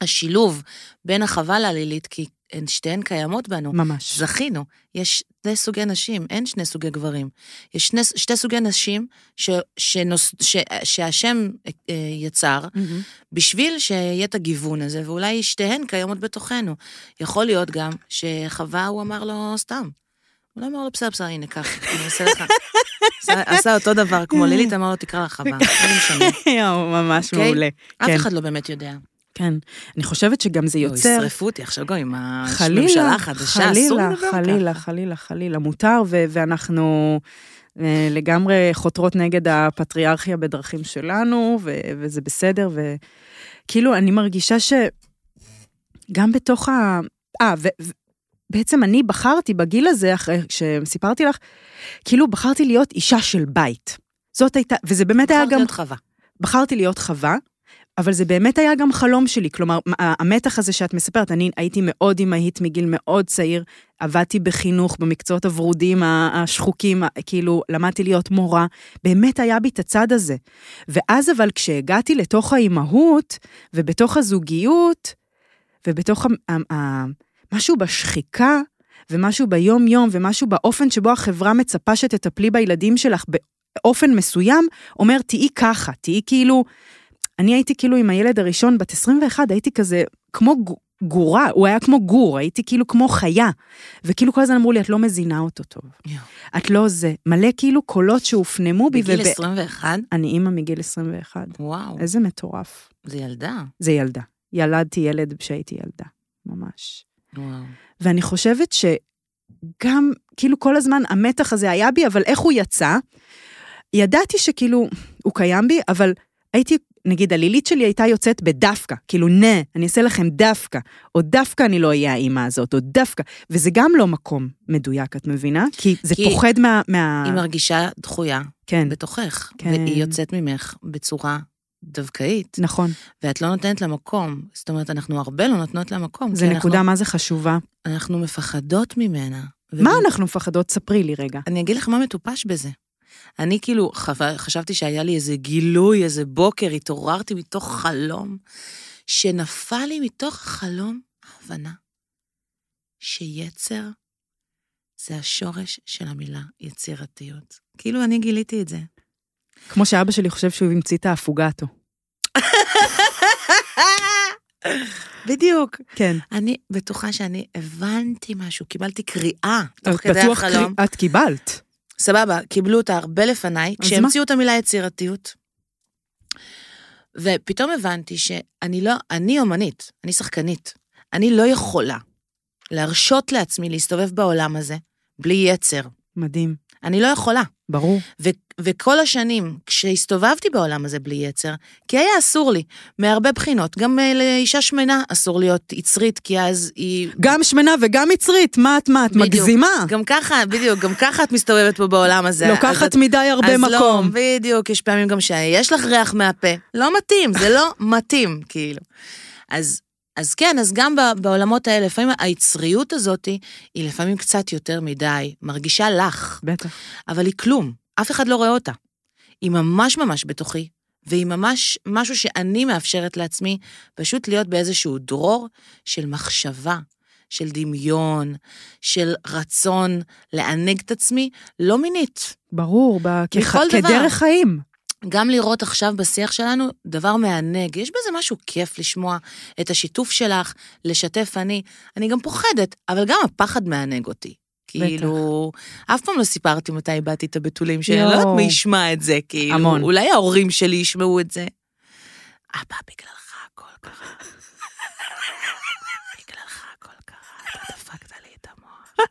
השילוב בין החווה לעלילית, כי הן שתיהן קיימות בנו, ממש. זכינו, יש שני סוגי נשים, אין שני סוגי גברים. יש שני, שתי סוגי נשים ש, שנוס, ש, שהשם אה, יצר, מהמם. בשביל שיהיה את הגיוון הזה, ואולי שתיהן קיימות בתוכנו. יכול להיות גם שחווה, הוא אמר לו סתם. הוא לא אמר לו, בסדר, בסדר, הנה, קח, אני אעשה *laughs* לך. עשה- עשה אותו דבר כמו כן. לילית, אמר לו, תקרא לה חווה, לא משנה. יואו, ממש אוקיי? מעולה. אף כן. אחד לא באמת יודע. כן. אני חושבת שגם זה לא, יוצר... ישרפו אותי עכשיו גם עם הממשלה חלילה, החדשה, אסור חלילה, לדבר ככה. חלילה, חלילה, חלילה, מותר, ו- ואנחנו אה, לגמרי חותרות נגד הפטריארכיה בדרכים שלנו, ו- וזה בסדר, וכאילו, אני מרגישה שגם בתוך ה... אה, ו- ו- בעצם אני בחרתי בגיל הזה, אחרי שסיפרתי לך, כאילו בחרתי להיות אישה של בית. זאת הייתה, וזה באמת היה בחרת גם להיות חווה. בחרתי להיות חווה, אבל זה באמת היה גם חלום שלי. כלומר, מה- המתח הזה שאת מספרת, אני הייתי מאוד אימהית מגיל מאוד צעיר, עבדתי בחינוך, במקצועות הוורודים, ה- השחוקים, ה- כאילו, למדתי להיות מורה. באמת היה בי את הצד הזה. ואז אבל כשהגעתי לתוך האימהות, ובתוך הזוגיות, ובתוך ה- ה- ה- משהו בשחיקה, ומשהו ביום-יום, ומשהו באופן שבו החברה מצפה שתטפלי בילדים שלך באופן מסוים, אומר, תהיי ככה, תהיי כאילו... אני הייתי כאילו עם הילד הראשון, בת 21, הייתי כזה כמו ג- גורה, הוא היה כמו גור, הייתי כאילו כמו חיה. וכאילו כל הזמן אמרו לי, את לא מזינה אותו טוב. יואו. את לא זה. מלא כאילו קולות שהופנמו בי. בגיל וב- 21? אני אימא מגיל 21. וואו, איזה מטורף. זה ילדה. זה ילדה. ילדתי ילד כשהייתי ילדה, ממש. וואו. ואני חושבת שגם, כאילו כל הזמן המתח הזה היה בי, אבל איך הוא יצא? ידעתי שכאילו, הוא קיים בי, אבל הייתי, נגיד הלילית שלי הייתה יוצאת בדווקא, כאילו נה, אני אעשה לכם דווקא, או דווקא אני לא אהיה האימא הזאת, או דווקא, וזה גם לא מקום מדויק, את מבינה? כי זה כי פוחד מה... מה... היא מרגישה דחויה אה. כן, בתוכך, כן. והיא יוצאת ממך בצורה דווקאית, נכון. ואת לא נותנת לה מקום. זאת אומרת, אנחנו הרבה לא נותנות לה מקום. זו כי נקודה מה זה חשובה. אנחנו, אנחנו מפחדות ממנה. מה אנחנו מפחדות? ספרי לי רגע. אני אגיד לך מה מטופש בזה. אני כאילו חו- חשבתי שהיה לי איזה גילוי, איזה בוקר, התעוררתי מתוך חלום, שנפל לי מתוך החלום ההבנה שיצר זה השורש של המילה יצירתיות. כאילו אני גיליתי את זה. כמו שאבא שלי חושב שהוא המציא את האפוגטו. *laughs* בדיוק. כן. אני בטוחה שאני הבנתי משהו, קיבלתי קריאה תוך את כדי בטוח החלום. את קיבלת. סבבה, קיבלו אותה הרבה לפניי, אז כשהמציאו את המילה יצירתיות. ופתאום הבנתי שאני לא, אני אומנית, אני שחקנית. אני לא יכולה להרשות לעצמי להסתובב בעולם הזה בלי יצר. מדהים. אני לא יכולה. ברור. ו- וכל השנים, כשהסתובבתי בעולם הזה בלי יצר, כי היה אסור לי, מהרבה בחינות. גם אה, לאישה שמנה אסור להיות יצרית, כי אז היא... גם שמנה וגם מצרית, מה את, מה את בדיוק. מגזימה? גם ככה, בדיוק, גם ככה את מסתובבת פה בעולם הזה. אז לוקחת את- מדי הרבה אז מקום. אז לא, בדיוק, יש פעמים גם שיש לך ריח מהפה. לא מתאים, זה *laughs* לא מתאים, כאילו. אז, אז כן, אז גם ב- בעולמות האלה, לפעמים היצריות הזאת היא לפעמים קצת יותר מדי, מרגישה לך, בטח. אבל היא כלום, אף אחד לא רואה אותה. היא ממש ממש בתוכי, והיא ממש משהו שאני מאפשרת לעצמי פשוט להיות באיזשהו דרור של מחשבה. של דמיון, של רצון לענג את עצמי, לא מינית, ברור, ב- כח- מכל דבר. כדרך חיים. גם לראות עכשיו בשיח שלנו דבר מענג, יש בזה משהו כיף לשמוע את השיתוף שלך, לשתף אני. אני גם פוחדת, אבל גם הפחד מענג אותי. כאילו, אף פעם לא סיפרתי מתי איבדתי את הבתולים שלי, אני לא יודעת מי יואו. ישמע את זה, כאילו. המון. אולי ההורים שלי ישמעו את זה. אבא, בגללך הכל קרה. בגללך הכל קרה, אתה דפקת לי את המוח.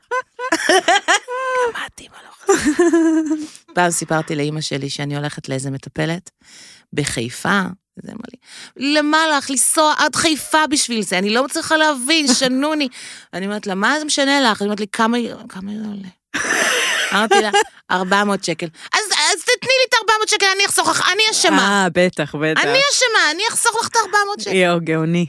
למדתי מה לא חזרתי. *laughs* פעם סיפרתי לאימא שלי שאני הולכת לאיזה מטפלת בחיפה. אז היא אמרה לי, למה לך לנסוע עד חיפה בשביל זה? אני לא מצליחה להבין, שנוני. *laughs* אני אומרת לה, מה זה משנה לך? היא אומרת לי, כמה כמה זה עולה? *laughs* אמרתי לה, 400 שקל. אז אז תתני לי את 400 שקל, אני אחסוך לך, אני אשמה. אה, בטח, בטח. אני אשמה, אני אחסוך לך את 400 שקל. יואו, גאוני.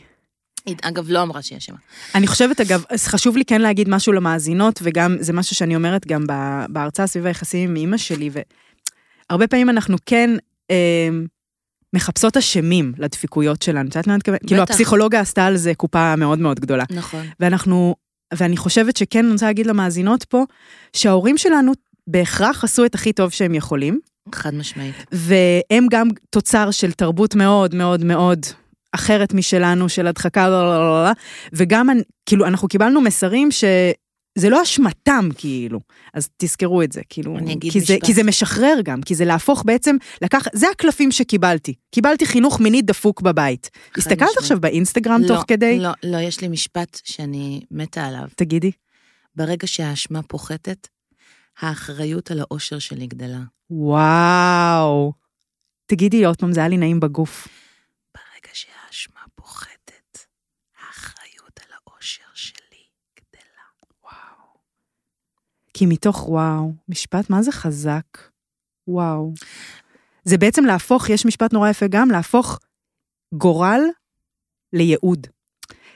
היא, אגב, לא אמרה שהיא אשמה. אני חושבת, אגב, אז חשוב לי כן להגיד משהו למאזינות, וגם, זה משהו שאני אומרת גם ב- בהרצאה סביב היחסים עם אימא שלי, והרבה פעמים אנחנו כן אה, מחפשות אשמים לדפיקויות שלנו. את יודעת מה אני מתכוונת? כאילו, בטח. הפסיכולוגה עשתה על זה קופה מאוד מאוד גדולה. נכון. ואנחנו, ואני חושבת שכן, אני רוצה להגיד למאזינות פה, שההורים שלנו בהכרח עשו את הכי טוב שהם יכולים, חד משמעית. והם גם תוצר של תרבות מאוד מאוד מאוד אחרת משלנו, של הדחקה, לא, לא, לא, לא, לא. וגם, אנ- כאילו, אנחנו קיבלנו מסרים שזה לא אשמתם, כאילו. אז תזכרו את זה, כאילו. אני אגיד כי זה, משפט. כי זה משחרר גם, כי זה להפוך בעצם, לקח, זה הקלפים שקיבלתי. קיבלתי חינוך מיני דפוק בבית. הסתכלת משמעית. עכשיו באינסטגרם תוך כדי? לא, לא, יש לי משפט שאני מתה עליו. תגידי. ברגע שהאשמה פוחתת, האחריות על האושר שלי גדלה. וואו. תגידי עוד פעם, זה היה לי נעים בגוף. ברגע שהאשמה פוחתת, האחריות על האושר שלי גדלה. וואו. כי מתוך וואו, משפט מה זה חזק. וואו. זה בעצם להפוך, יש משפט נורא יפה גם, להפוך גורל לייעוד.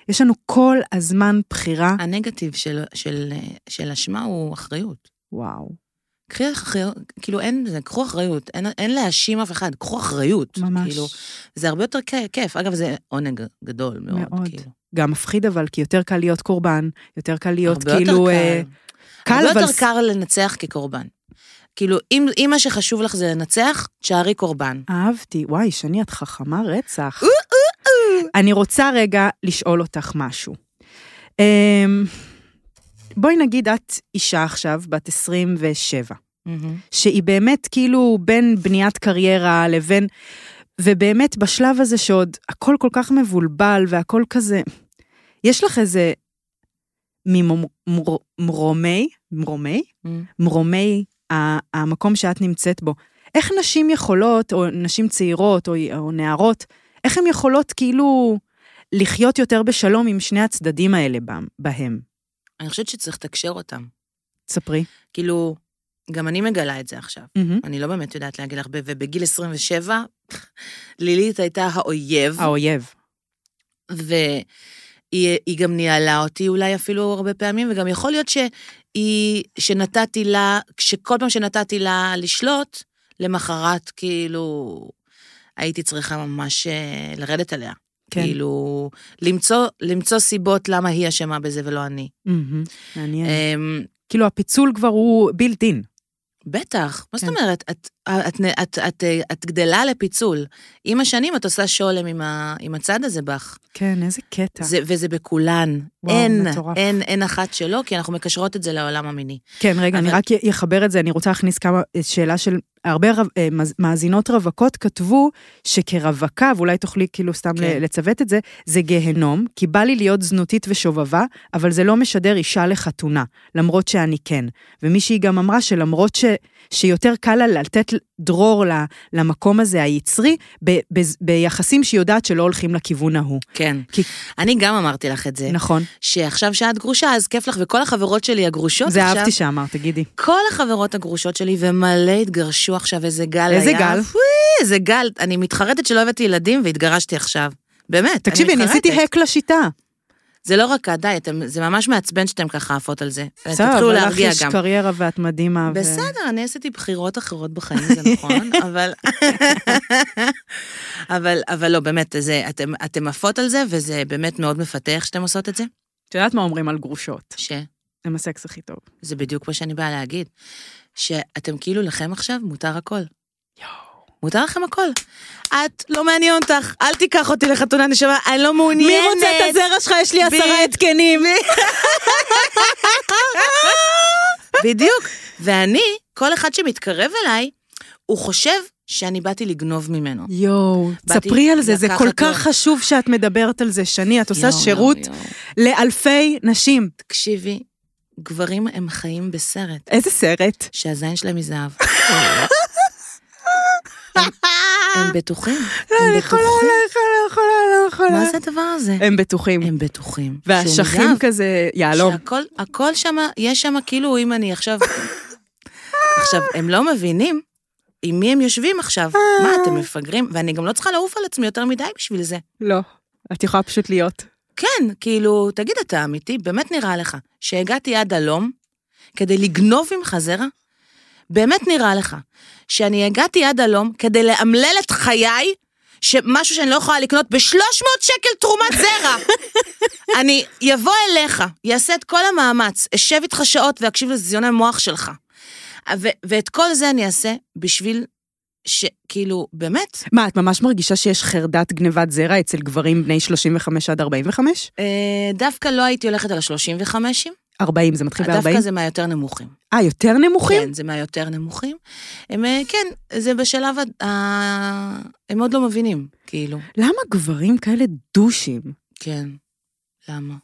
יש לנו כל הזמן בחירה. הנגטיב של, של, של אשמה הוא אחריות. וואו. קחי אחריות, כאילו אין, זה, קחו אחריות, אין, אין להאשים אף אחד, קחו אחריות. ממש. כאילו, זה הרבה יותר כ- כיף. אגב, זה עונג גדול מאוד, מאוד. כאילו. גם מפחיד אבל, כי יותר קל להיות קורבן, יותר קל להיות הרבה יותר כאילו... קל. אה, הרבה אבל... יותר קל לנצח כקורבן. כאילו, אם, אם מה שחשוב לך זה לנצח, תשארי קורבן. אהבתי. וואי, שני, את חכמה רצח. אני רוצה רגע לשאול אותך משהו. אמ, בואי נגיד את אישה עכשיו, בת 27, שהיא באמת כאילו בין בניית קריירה לבין... ובאמת בשלב הזה שעוד הכל כל כך מבולבל והכל כזה... יש לך איזה ממרומי, מרומי, מרומי, מרומי ה- המקום שאת נמצאת בו. איך נשים יכולות, או נשים צעירות, או, או נערות, איך הן יכולות כאילו לחיות יותר בשלום עם שני הצדדים האלה בה- בהם? אני חושבת שצריך לתקשר אותם. תספרי. כאילו, גם אני מגלה את זה עכשיו. מהמם. אני לא באמת יודעת להגיד הרבה, ובגיל 27, לילית הייתה האויב, האויב. והיא היא גם ניהלה אותי אולי אפילו הרבה פעמים, וגם יכול להיות שהיא, שנתתי לה, שכל פעם שנתתי לה לשלוט, למחרת כאילו הייתי צריכה ממש אה, לרדת עליה. כן. כאילו, למצוא, למצוא סיבות למה היא אשמה בזה ולא אני. מהמם. מעניין. אמ, כאילו, הפיצול כבר הוא built in. בטח, מה זאת כן. אומרת? את, את, את, את, את, את גדלה לפיצול. עם השנים את עושה שולם עם, ה, עם הצד הזה בך. כן, איזה קטע. זה, וזה בכולן. וואו, אין, מטורף. אין, אין אחת שלא, כי אנחנו מקשרות את זה לעולם המיני. כן, רגע, אני אבל- רק י- אחבר את זה, אני רוצה להכניס כמה, אה, שאלה של, הרבה רו- אה, מאז- מאזינות רווקות כתבו שכרווקה, ואולי תוכלי כאילו סתם כן. ל- לצוות את זה, זה גהנום, כי בא לי להיות זנותית ושובבה, אבל זה לא משדר אישה לחתונה, למרות שאני כן. ומישהי גם אמרה שלמרות ש, שיותר קל לה לתת דרור ל- למקום הזה היצרי, ב, ב, ביחסים שהיא יודעת שלא הולכים לכיוון ההוא. כן. כי- אני גם אמרתי לך את זה, נכון, שעכשיו שאת גרושה, אז כיף לך, וכל החברות שלי הגרושות זה לא, עכשיו, אהבתי שאמרת, תגידי. כל החברות הגרושות שלי, ומלא התגרשו עכשיו, איזה גל איזה היה. גל? וואי, איזה גל. אני מתחרטת שלא הבאתי ילדים והתגרשתי עכשיו. באמת, תקשיבי, אני מתחרטת. עשיתי האק לשיטה. זה לא רק די, אתם, זה ממש מעצבן שאתם ככה עפות על זה. בסדר, אה, תתחילו אבל לך להרגיע יש גם. קריירה ואת מדהימה. ו- בסדר, אני עשיתי בחירות אחרות בחיים, זה *laughs* נכון, אבל... אבל, אבל לא, באמת, זה, אתם, אתם עפות על זה, וזה באמת מאוד מפתח שאתם עושות את זה. את יודעת מה אומרים על גרושות? שזה הם הסקס הכי טוב. בדיוק מה שאני באה להגיד. שאתם כאילו, לכם עכשיו מותר הכל. מותר לכם הכל. את, לא מעניין אותך, אל תיקח אותי לחתונה נשמה, אני לא מעוניינת. מי רוצה את הזרע שלך? יש לי עשרה ב- התקנים. בדיוק. ואני, כל אחד שמתקרב אליי, הוא חושב שאני באתי לגנוב ממנו. יואו, באתי ספרי על זה, זה לקחת כל לו. כך חשוב שאת מדברת על זה. שני, את עושה יואו, שירות יואו, יואו. לאלפי נשים. תקשיבי, גברים הם חיים בסרט, איזה סרט. שהזין שלהם מזהב. הם- הם בטוחים, הם בטוחים. לא יכולה, לא יכולה. מה זה הדבר הזה? הם בטוחים. הם בטוחים. והאשכים שהוא מזהב, כזה, יהלום. שהכל, הכל שם, יש שם כאילו, אם אני עכשיו... עכשיו, הם לא מבינים עם מי הם יושבים עכשיו. מה, אתם מפגרים? ואני גם לא צריכה לעוף על עצמי יותר מדי בשביל זה. לא. את יכולה פשוט להיות. כן, כאילו, תגיד, אתה אמיתי? באמת נראה לך שהגעתי עד הלום כדי לגנוב ממך זרע? באמת נראה לך שאני הגעתי עד הלום כדי לאמלל את חיי, שמשהו שאני לא יכולה לקנות ב-300 שקל תרומת זרע? אני אבוא אליך, יעשה את כל המאמץ, אשב איתך שעות ואקשיב לזיון המוח שלך. ו- ואת כל זה אני אעשה בשביל שכאילו, באמת, מה, את ממש מרגישה שיש חרדת גנבת זרע אצל גברים בני 35 עד 45? אה, דווקא לא הייתי הולכת על ה-35, 40, זה מתחיל ב-40? דווקא זה מהיותר נמוכים. אה, יותר נמוכים? כן, זה מהיותר נמוכים. הם, אה, כן, זה בשלב, ה- ה- הם עוד לא מבינים, כאילו. למה גברים כאלה דושים? כן, למה?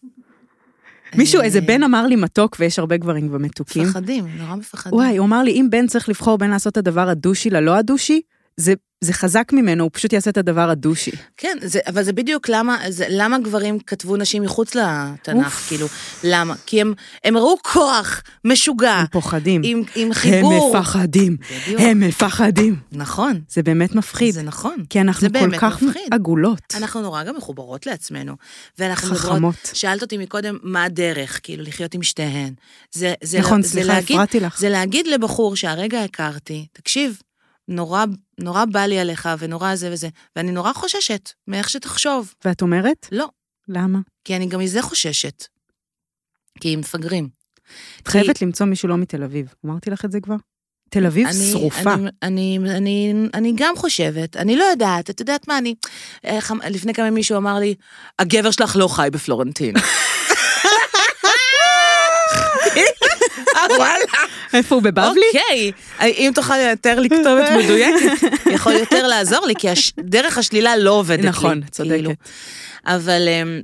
מישהו, אה, איזה בן אמר לי מתוק, ויש הרבה גברים כבר מתוקים. מפחדים, נורא מפחדים. וואי, הוא אמר לי, אם בן צריך לבחור בין לעשות את הדבר הדושי ללא הדושי, זה, זה חזק ממנו, הוא פשוט יעשה את הדבר הדושי. כן, זה, אבל זה בדיוק למה, זה, למה גברים כתבו נשים מחוץ לתנ"ך, אוף. כאילו, למה? כי הם, הם ראו כוח משוגע, הם פוחדים. אה, עם, עם הם חיבור. מפחדים. בדיוק, הם מפחדים. נכון, זה באמת מפחיד. זה נכון. כי אנחנו זה כל באמת כך מפחיד. עגולות. אנחנו נורא גם מחוברות לעצמנו. ואנחנו מדברות- חכמות. שאלת אותי מקודם, מה הדרך, כאילו, לחיות עם שתיהן. זה, זה, לא- נכון, זה סליחה, להגיד, הפרעתי לך. זה להגיד לבחור שהרגע הכרתי, תקשיב, נורא, נורא בא לי עליך, ונורא זה וזה, ואני נורא חוששת מאיך שתחשוב. ואת אומרת? לא. למה? כי אני גם מזה חוששת. כי הם מפגרים. את חייבת למצוא מישהו לא מתל אביב. אמרתי לך את זה כבר? תל אביב אני- שרופה. אני, אני, אני, אני גם חושבת, אני לא יודעת, את יודעת מה, אני... איך, אמ- לפני כמה ימים מישהו אמר לי, הגבר שלך לא חי בפלורנטין. וואלה. איפה הוא בבבלי? אוקיי, אם תוכל יותר לכתוב את מדויקת, יכול יותר לעזור לי, כי הש- דרך השלילה לא עובדת לי. נכון, כאילו. צודקת. אבל אמ,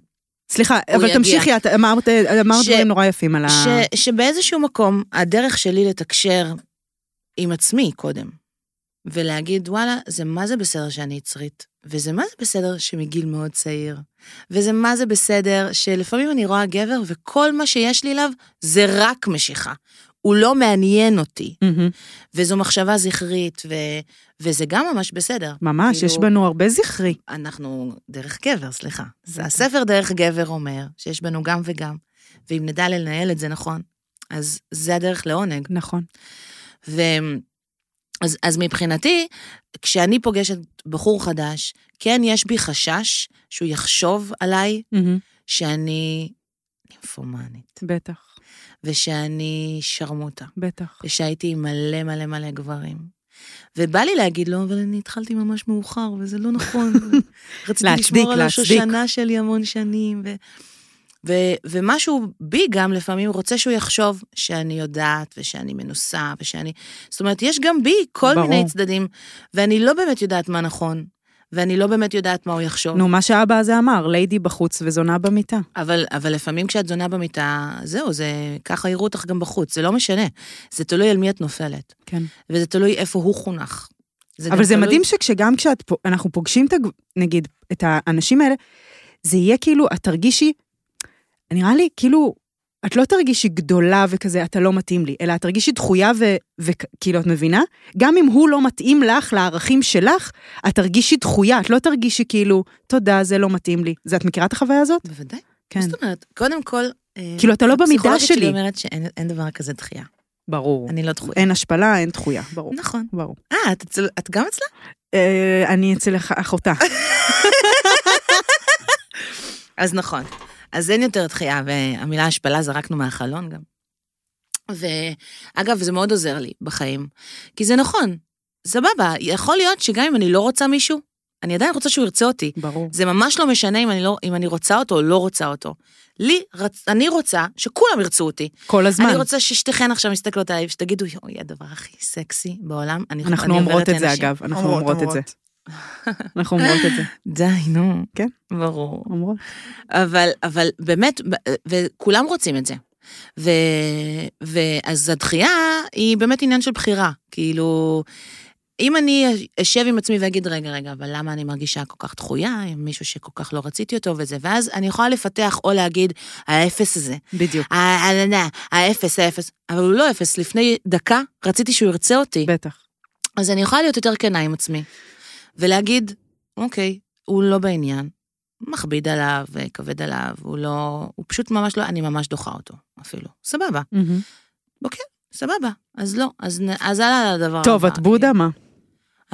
סליחה, הוא אבל יגיע. תמשיכי, את אמרת אמרת ש- דברים נורא יפים על ה... ש- שבאיזשהו מקום, הדרך שלי לתקשר עם עצמי קודם, ולהגיד, וואלה, זה מה זה בסדר שאני יצרית, וזה מה זה בסדר שמגיל מאוד צעיר, וזה מה זה בסדר שלפעמים אני רואה גבר, וכל מה שיש לי אליו זה רק משיכה. הוא לא מעניין אותי. מהמם. וזו מחשבה זכרית, ו... וזה גם ממש בסדר. ממש, כאילו- יש בנו הרבה זכרי. אנחנו דרך גבר, סליחה. זה הספר דרך גבר אומר שיש בנו גם וגם, ואם נדע לנהל את זה נכון, אז זה הדרך לעונג. נכון. ו... אז, אז מבחינתי, כשאני פוגשת בחור חדש, כן יש בי חשש שהוא יחשוב עליי מהמם. שאני נימפומנית, בטח, ושאני שרמוטה. בטח. ושהייתי עם מלא מלא מלא גברים. ובא לי להגיד לו, אבל אני התחלתי ממש מאוחר, וזה לא *laughs* נכון. רציתי להצדיק, לשמור על להצדיק. השושנה שלי המון שנים. ו... ו... ומשהו בי גם לפעמים רוצה שהוא יחשוב שאני יודעת, ושאני מנוסה, ושאני... זאת אומרת, יש גם בי כל ברור. מיני צדדים, ואני לא באמת יודעת מה נכון, ואני לא באמת יודעת מה הוא יחשוב. נו, מה שהאבא הזה אמר, ליידי בחוץ וזונה במיטה. אבל, אבל לפעמים כשאת זונה במיטה, זהו, זה... ככה יראו אותך גם בחוץ, זה לא משנה. זה תלוי על מי את נופלת. כן. וזה תלוי איפה הוא חונך. זה גם אבל זה תלוי- מדהים שכשגם כשאנחנו פוגשים, את הגב- נגיד, את האנשים האלה, זה יהיה כאילו, את תרגישי, נראה לי, כאילו, את לא תרגישי גדולה וכזה, אתה לא מתאים לי, אלא את תרגישי דחויה וכאילו, את מבינה? גם אם הוא לא מתאים לך, לערכים שלך, את תרגישי דחויה, את לא תרגישי כאילו, תודה, זה לא מתאים לי. זה, את מכירה את החוויה הזאת? בוודאי. כן. מה זאת אומרת? קודם כל... אה, כאילו, אתה לא במידה הפסיכולוגית שלי. אומרת שאין אין דבר כזה דחייה. ברור. אני לא דחויה. אין השפלה, אין דחויה, ברור. נכון. ברור. אה, את אצל- את גם אצלה? אה, אני אצל אח- אחותה. אז נכון. אז אין יותר דחייה, והמילה השפלה זרקנו מהחלון גם. ואגב, זה מאוד עוזר לי בחיים, כי זה נכון. סבבה, יכול להיות שגם אם אני לא רוצה מישהו, אני עדיין רוצה שהוא ירצה אותי. ברור. זה ממש לא משנה אם אני, לא, אם אני רוצה אותו או לא רוצה אותו. לי, רצ, אני רוצה שכולם ירצו אותי. *laughs* כל הזמן. אני רוצה ששתיכן עכשיו מסתכלות עליי ושתגידו, יואי, הדבר הכי סקסי בעולם. אני, אנחנו אני אומרות עוברת את זה, לנשים." אגב. אנחנו אומרות את זה. *laughs* אנחנו אומרות את זה. די, נו. כן. ברור. אומרות. אבל, אבל באמת, ב- וכולם רוצים את זה. ו... ואז הדחייה היא באמת עניין של בחירה. כאילו, אם אני אשב עם עצמי ואגיד, רגע, רגע, אבל למה אני מרגישה כל כך דחויה עם מישהו שכל כך לא רציתי אותו וזה, ואז אני יכולה לפתח או להגיד, האפס הזה, בדיוק. ה- ה- ה- האפס, האפס, אבל הוא לא אפס, לפני דקה רציתי שהוא ירצה אותי. בטח. אז אני יכולה להיות יותר כנה עם עצמי, ולהגיד, אוקיי, הוא לא בעניין, מכביד עליו, אה, כבד עליו, הוא לא, הוא פשוט ממש לא, אני ממש דוחה אותו, אפילו. סבבה, סבבה, אז לא, אז, נ- אז הלאה לדבר טוב, הבא, את בודה, מה? כי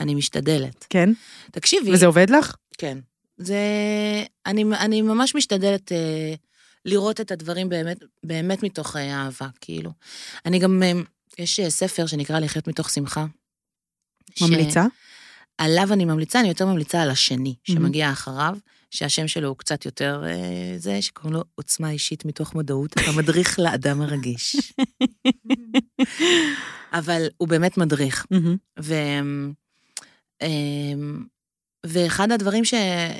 אני משתדלת. כן? תקשיבי, וזה עובד לך? כן. זה, אני, אני ממש משתדלת אה, לראות את הדברים באמת, באמת מתוך אה, אהבה, כאילו. אני גם, אה, יש אה, ספר שנקרא לחיות מתוך שמחה. ש- ממליצה? עליו אני ממליצה, אני יותר ממליצה על השני שמגיע אחריו, שהשם שלו הוא קצת יותר אה, זה, שקוראים לו עוצמה אישית מתוך מודעות, אתה מדריך לאדם הרגיש. אבל הוא באמת מדריך. מהמם. ו... אמ, ואחד הדברים ש...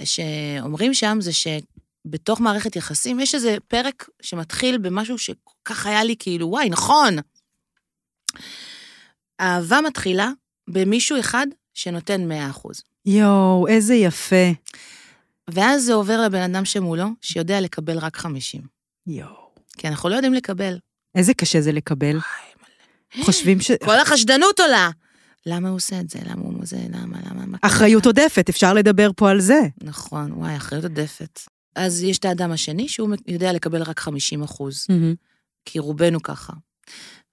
שאומרים שם זה שבתוך מערכת יחסים יש איזה פרק שמתחיל במשהו שכל כך היה לי כאילו, וואי, נכון. אהבה מתחילה במישהו אחד שנותן 100%. יואו, איזה יפה. ואז זה עובר לבן אדם שמולו, שיודע לקבל רק 50. יואו. כי אנחנו לא יודעים לקבל. איזה קשה זה לקבל. חושבים ש... כל החשדנות עולה. למה הוא עושה את זה? למה הוא זה? למה? למה? מה קרה? אחריות עודפת, אפשר לדבר פה על זה. נכון, וואי, אחריות עודפת. אז יש את האדם השני שהוא יודע לקבל רק 50 אחוז, כי רובנו ככה.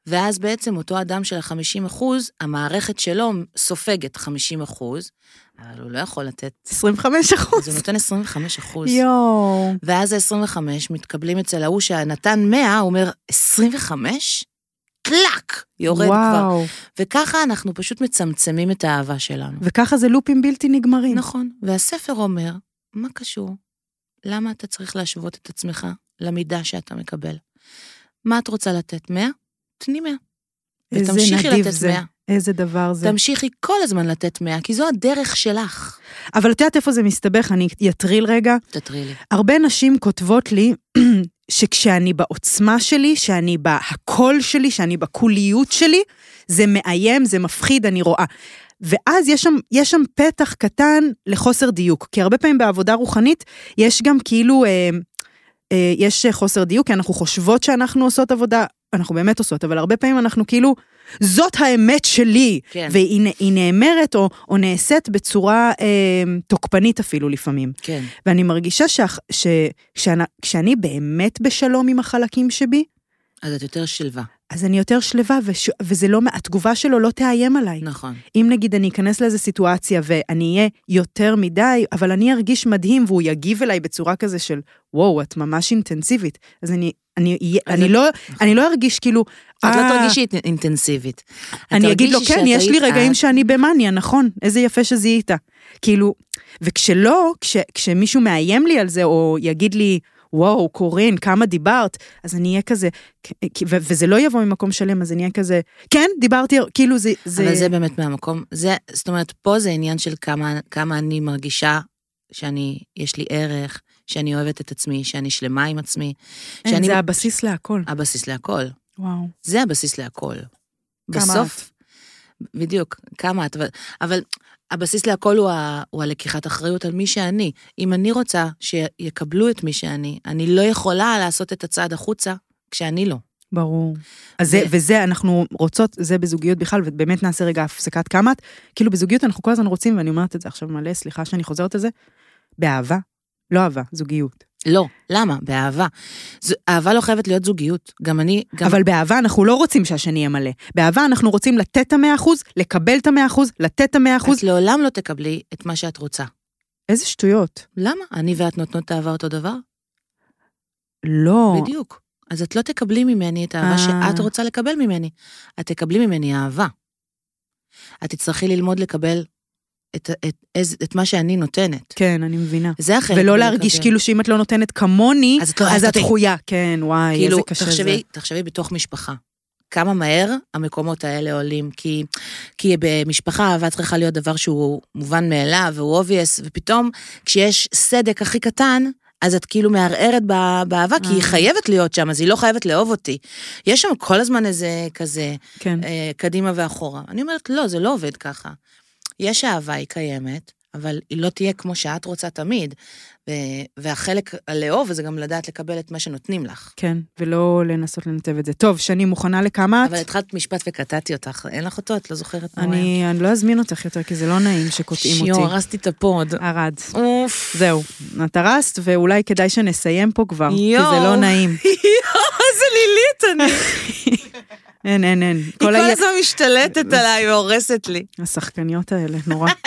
ואז בעצם אותו אדם של ה-50 אחוז, המערכת שלו סופגת 50 אחוז, אבל הוא לא יכול לתת, 25 אז הוא אחוז. נותן 25 אחוז. יואו. ואז ה-25 מתקבלים אצל ההוא שנתן 100, הוא אומר, 25? קלאק! יורד כבר. וואו. וככה אנחנו פשוט מצמצמים את האהבה שלנו. וככה זה לופים בלתי נגמרים. נכון, והספר אומר, מה קשור? למה אתה צריך להשוות את עצמך למידה שאתה מקבל? מה את רוצה לתת? 100? תני 100. איזה ותמשיכי נדיב לתת זה. 100. איזה דבר זה. תמשיכי כל הזמן לתת 100, כי זו הדרך שלך. אבל את יודעת איפה זה מסתבך? אני אטריל רגע. תתרילי. הרבה נשים כותבות לי *clears throat* שכשאני בעוצמה שלי, שאני בהקול שלי, שאני בקוליות שלי, זה מאיים, זה מפחיד, אני רואה. ואז יש שם, יש שם פתח קטן לחוסר דיוק, כי הרבה פעמים בעבודה רוחנית יש גם כאילו, אה, אה, יש חוסר דיוק, כי אנחנו חושבות שאנחנו עושות עבודה אנחנו באמת עושות, אבל הרבה פעמים אנחנו כאילו, זאת האמת שלי. כן. והיא נ- היא נאמרת או, או נעשית בצורה אה, תוקפנית אפילו לפעמים. כן. ואני מרגישה שכשאני ש, כשאני- כשאני באמת בשלום עם החלקים שבי, אז את יותר שלווה. אז אני יותר שלווה, וש, וזה לא, מה- התגובה שלו לא תאיים עליי. נכון. אם נגיד אני אכנס לאיזו סיטואציה ואני אהיה יותר מדי, אבל אני ארגיש מדהים והוא יגיב אליי בצורה כזה של, וואו, את ממש אינטנסיבית. אז אני, אני, אהיה- אז אני, את- לא, אני לא ארגיש כאילו, את לא "אה, תרגישי אינ- אינטנסיבית. את אני אגיד לו, תרגישי כן, שאת יש לי היית- רגעים את- שאני במאניה, נכון, איזה יפה שזיהית. כאילו, וכשלא, כש, כשמישהו מאיים לי על זה, או יגיד לי, וואו, קורין, כמה דיברת, אז אני אהיה כזה, כ- כ- ו- וזה לא יבוא ממקום שלם, אז אני אהיה כזה, כן, דיברתי, כאילו זה... זה... אבל זה באמת מהמקום, זה, זאת אומרת, פה זה עניין של כמה, כמה אני מרגישה שאני, יש לי ערך, שאני אוהבת את עצמי, שאני שלמה עם עצמי, אין, שאני... אה, זה הבסיס להכל. הבסיס להכל. וואו. זה הבסיס להכל. כמה בסוף, בדיוק, כמה את, אבל, אבל הבסיס להכל הוא, ה, הוא הלקיחת אחריות על מי שאני. אם אני רוצה שיקבלו את מי שאני, אני לא יכולה לעשות את הצעד החוצה כשאני לא. ברור. אז זה, ו- וזה, אנחנו רוצות, זה בזוגיות בכלל, ובאמת נעשה רגע הפסקת כמה את. כאילו בזוגיות אנחנו כל הזמן רוצים, ואני אומרת את זה עכשיו מלא, סליחה שאני חוזרת על זה, באהבה, לא אהבה, זוגיות. לא, למה? באהבה. זו, אהבה לא חייבת להיות זוגיות. גם אני, גם... אבל באהבה אנחנו לא רוצים שהשני יהיה מלא. באהבה אנחנו רוצים לתת את המאה אחוז, לקבל את המאה אחוז, לתת את המאה אחוז. את לעולם לא תקבלי את מה שאת רוצה. איזה שטויות. למה? אני ואת נותנות את האהבה אותו דבר? לא. בדיוק. אז את לא תקבלי ממני את האהבה אה. שאת רוצה לקבל ממני. את תקבלי ממני אהבה. את תצטרכי ללמוד לקבל את, את, את, את מה שאני נותנת. כן, אני מבינה. זה החלק. ולא מלקבל. להרגיש כאילו שאם את לא נותנת כמוני, אז את לא אז אוהבת את אותי. דחויה. כן, וואי, כאילו, איזה קשה זה. תחשבי, תחשבי בתוך משפחה. כמה מהר המקומות האלה עולים, כי, כי במשפחה אהבה צריכה להיות דבר שהוא מובן מאליו, והוא obvious, ופתאום כשיש סדק הכי קטן, אז את כאילו מערערת בא- באהבה, כי היא אה. חייבת להיות שם, אז היא לא חייבת לאהוב אותי. יש שם כל הזמן איזה כזה, כן. אה, קדימה ואחורה. אני אומרת, לא, זה לא עובד ככה. יש אהבה, היא קיימת, אבל היא לא תהיה כמו שאת רוצה תמיד. ו- והחלק הלאהוב זה גם לדעת לקבל את מה שנותנים לך. כן, ולא לנסות לנתב את זה. טוב, שני מוכנה לכמה את? אבל התחלת משפט וקטעתי אותך, אין לך אותו? את לא זוכרת מה הוא היה. אני, אני לא אזמין אותך יותר, כי זה לא נעים שקוטעים שיו, אותי. הרסתי את הפוד. ערד. אוף. *laughs* זהו, את הרסת, ואולי כדאי שנסיים פה כבר, כי זה יואו. לא *laughs* נעים. יואו, איזה לילית אני. אין, אין, אין. היא כל ה- הזמן משתלטת עליי והורסת לי. השחקניות האלה, נורא. *laughs*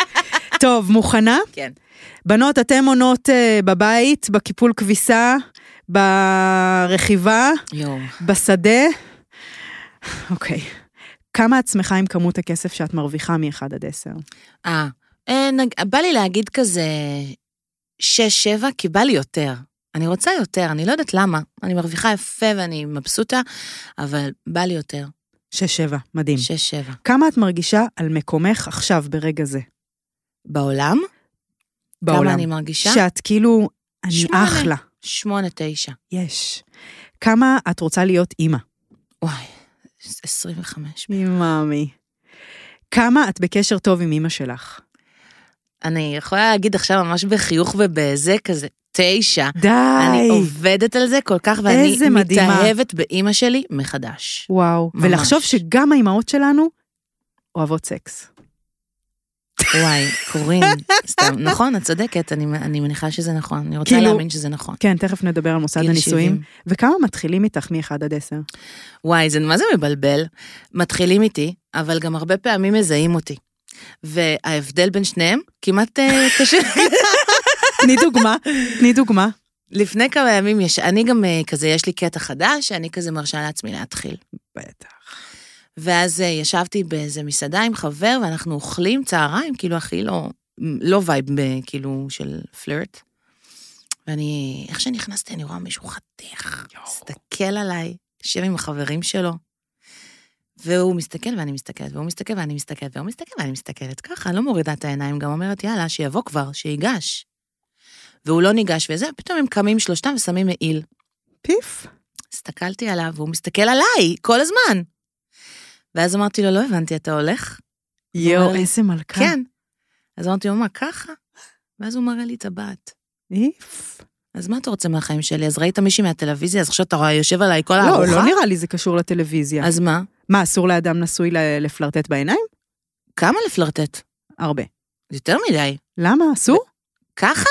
טוב, מוכנה? כן. בנות, אתן עונות אה, בבית, בקיפול כביסה, ברכיבה, יואו. בשדה. אוקיי. כמה את שמחה עם כמות הכסף שאת מרוויחה מ-1 עד 10? אה, אה, נג- בא לי להגיד כזה שש, שבע, כי בא לי יותר. אני רוצה יותר, אני לא יודעת למה. אני מרוויחה יפה ואני מבסוטה, אבל בא לי יותר. 6-7, מדהים. שש, שבע. כמה את מרגישה על מקומך עכשיו, ברגע זה, בעולם? בעולם? כמה אני מרגישה? שאת כאילו, אני שמונה. אחלה. שמונה, תשע. יש. כמה את רוצה להיות אימא? וואי, עשרים וחמש. אימאמי. כמה את בקשר טוב עם אימא שלך? אני יכולה להגיד עכשיו ממש בחיוך ובזה כזה, תשע. די. אני עובדת על זה כל כך, ואני איזה מדהימה. מתאהבת באימא שלי מחדש. וואו. ממש. ולחשוב שגם האימהות שלנו אוהבות סקס. וואי, קורין, *laughs* סתם, נכון, את צודקת, אני, אני מניחה שזה נכון, אני רוצה כאילו- להאמין שזה נכון. כאילו כן, תכף נדבר על מוסד גיל הנישואים. 70. וכמה מתחילים איתך מ-1 עד 10? וואי, זה מה זה מבלבל? מתחילים איתי, אבל גם הרבה פעמים מזהים אותי. וההבדל בין שניהם כמעט אה, *laughs* קשה. *laughs* תני דוגמה, תני דוגמה. לפני כמה ימים יש, אני גם אה, כזה, יש לי קטע חדש, שאני כזה מרשה לעצמי להתחיל. בטח. ואז אה, ישבתי באיזה מסעדה עם חבר, ואנחנו אוכלים צהריים, כאילו הכי לא, לא וייב, אה, כאילו, של פלירט. ואני, איך שנכנסתי, אני רואה מישהו חתיך, מסתכל עליי, יושב עם החברים שלו. והוא מסתכל ואני מסתכלת, והוא מסתכל ואני מסתכלת, והוא מסתכל ואני מסתכלת. ככה, לא מורידה את העיניים, גם אומרת, יאללה, שיבוא כבר, שיגש. והוא לא ניגש וזה, פתאום הם קמים שלושתם ושמים מעיל. פיף. הסתכלתי עליו, והוא מסתכל עליי כל הזמן. ואז אמרתי לו, לא הבנתי, אתה הולך? "כן." יואו, אומר לי, איזה מלכה. כן. אז אמרתי לו, מה, ככה? ואז הוא מראה לי טבעת. איף. אז מה אתה רוצה מהחיים שלי? אז ראית מישהי מהטלוויזיה, אז עכשיו אתה רואה, יושב עליי כל הארוחה? לא, לא נראה לי זה קשור לטלוויזיה. אז מה? מה, אסור לאדם נשוי ל- לפלרטט בעיניים? כמה לפלרטט? הרבה. יותר מדי. למה? אסור? ככה?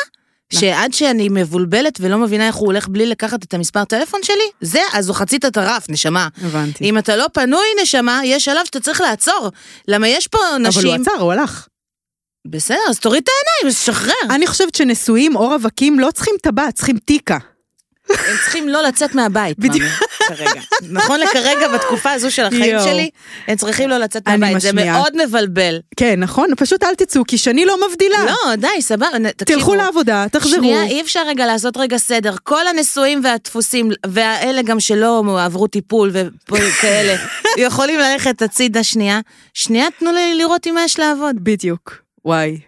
לא. שעד שאני מבולבלת ולא מבינה איך הוא הולך בלי לקחת את המספר טלפון שלי, זה, אז זו חצית הטרף, נשמה. הבנתי. אם אתה לא פנוי, נשמה, יש שלב שאתה צריך לעצור. למה יש פה אבל הוא נשים... עצר, הוא הלך. בסדר, אז תוריד את העיניים, אז תשחרר. אני חושבת שנשואים או רווקים לא צריכים טבעת, צריכים תיקה. הם צריכים לא לצאת מהבית, בדיוק. מאמי, כרגע. נכון לכרגע, בתקופה הזו של החיים יואו. שלי, הם צריכים לא לצאת אני מהבית. זה משמיעה. מאוד מבלבל. *laughs* כן, נכון? פשוט אל תצאו, כי שני לא מבדילה. לא, די, סבבה. נ- תלכו תקשיבו, לעבודה, תחזרו. שנייה, אי אפשר רגע לעשות רגע סדר. כל הנשואים והדפוסים, והאלה גם שלא עברו טיפול *laughs* וכאלה, יכולים ללכת הצידה שנייה. שנייה, תנו לי לראות עם מה יש לעבוד. בדיוק. וואי,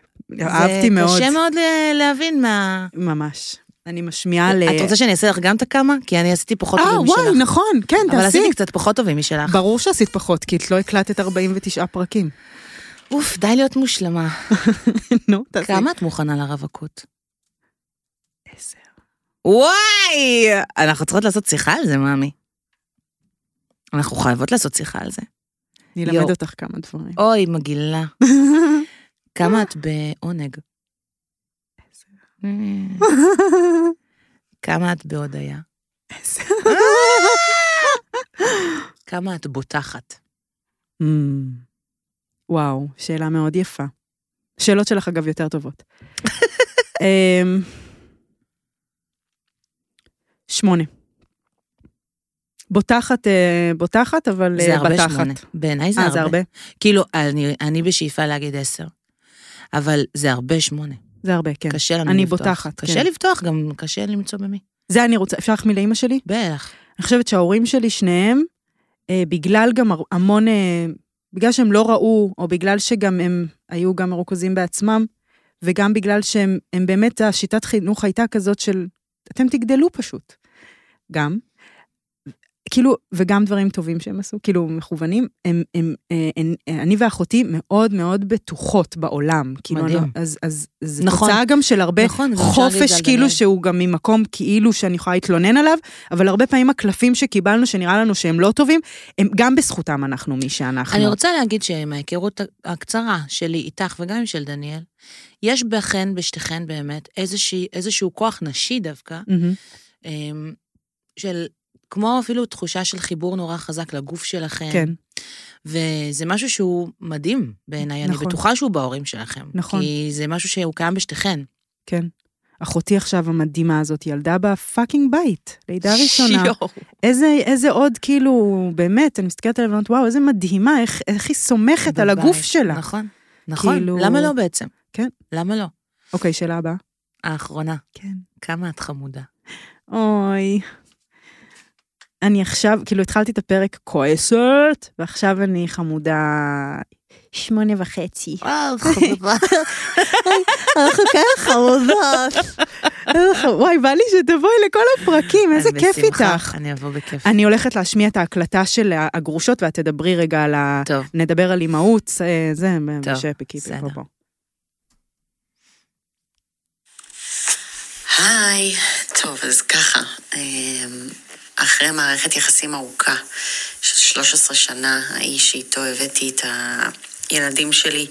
אהבתי זה מאוד. קשה מאוד ל- להבין מה... ממש. אני משמיעה ל... את רוצה שאני אעשה לך גם את הכמה? כי אני עשיתי פחות אה, טובים משלך. וואי, נכון, כן, אבל תעשי. עשיתי קצת פחות טובים משלך. ברור שעשית פחות, כי את לא הקלטת 49 פרקים. *laughs* אוף, די להיות מושלמה. נו, תעשי. כמה את מוכנה לרווקות? עשר. וואי! אנחנו צריכות לעשות שיחה על זה, מאמי. אנחנו חייבות לעשות שיחה על זה. אני יואו. אלמד אותך כמה *laughs* דברים. אוי, מגעילה. כמה את *laughs* בעונג? כמה את בהודיה? *laughs* כמה את בוטחת? אמ, וואו, שאלה מאוד יפה. שאלות שלך, אגב, יותר *laughs* טובות. אמ, שמונה. בוטחת, אה, בוטחת, אבל זה אה, הרבה בתחת. שמונה. בעיניי זה אה, זה הרבה? הרבה. כאילו, אני- אני בשאיפה להגיד עשר. אבל זה הרבה שמונה. זה הרבה, כן. קשה לנו אני לפתוח. בוטחת, קשה כן. לפתוח, גם קשה למצוא במי. זה אני רוצה, אפשר להחמיא לאימא שלי? בטח. אני חושבת שההורים שלי, שניהם, אה, בגלל גם הר- המון, אה, בגלל שהם לא ראו, או בגלל שגם הם היו גם מרוכזים בעצמם, וגם בגלל שהם הם באמת, השיטת חינוך הייתה כזאת של, אתם תגדלו פשוט. גם. כאילו, וגם דברים טובים שהם עשו, כאילו, מכוונים, הם, הם, אה, הם, אה, אני ואחותי מאוד מאוד בטוחות בעולם. כאילו, מדהים. אני, אז, אז, זה נכון. תוצאה גם של הרבה נכון, גם אפשר חופש להתגלגל. כאילו שהוא גם ממקום כאילו שאני יכולה להתלונן עליו, אבל הרבה פעמים הקלפים שקיבלנו שנראה לנו שהם לא טובים, הם גם בזכותם אנחנו מי שאנחנו. אני רוצה להגיד שמההיכרות הקצרה שלי איתך וגם עם של דניאל, יש בכן, בשתיכן באמת, איזושהי, איזשהו כוח נשי דווקא, מהמם. אמ, של כמו אפילו תחושה של חיבור נורא חזק לגוף שלכם. כן, וזה משהו שהוא מדהים בעיניי, אני נכון. בטוחה שהוא בהורים שלכם. נכון. כי זה משהו שהוא קיים בשתיכן. כן. אחותי עכשיו המדהימה הזאת ילדה בפאקינג בית, לידה ראשונה. יואו. איזה, איזה עוד כאילו, באמת, אני מסתכלת עליה ואומרת, וואו, איזה מדהימה, איך, איך היא סומכת על הגוף בבית. שלה. נכון, נכון. כאילו- למה לא בעצם? כן. למה לא? אוקיי, שאלה הבאה. האחרונה, כן. כמה *laughs* את חמודה. אוי. אני עכשיו, כאילו התחלתי את הפרק כועסת, ועכשיו אני חמודה שמונה וחצי. וואו, חמודה. אנחנו כן כאלה חמודות. וואי, בא לי שתבואי לכל *laughs* הפרקים, איזה כיף בשמחה, איתך. אני אבוא בכיף. אני הולכת להשמיע את ההקלטה של הגרושות, ואת תדברי רגע על ה... טוב. נדבר על אימהות, אה, זה, טוב, שפיקי, בסדר. פה, פה. היי, טוב, אז ככה, אמ, אחרי מערכת יחסים ארוכה של 13 שנה, האיש שאיתו הבאתי את הילדים שלי,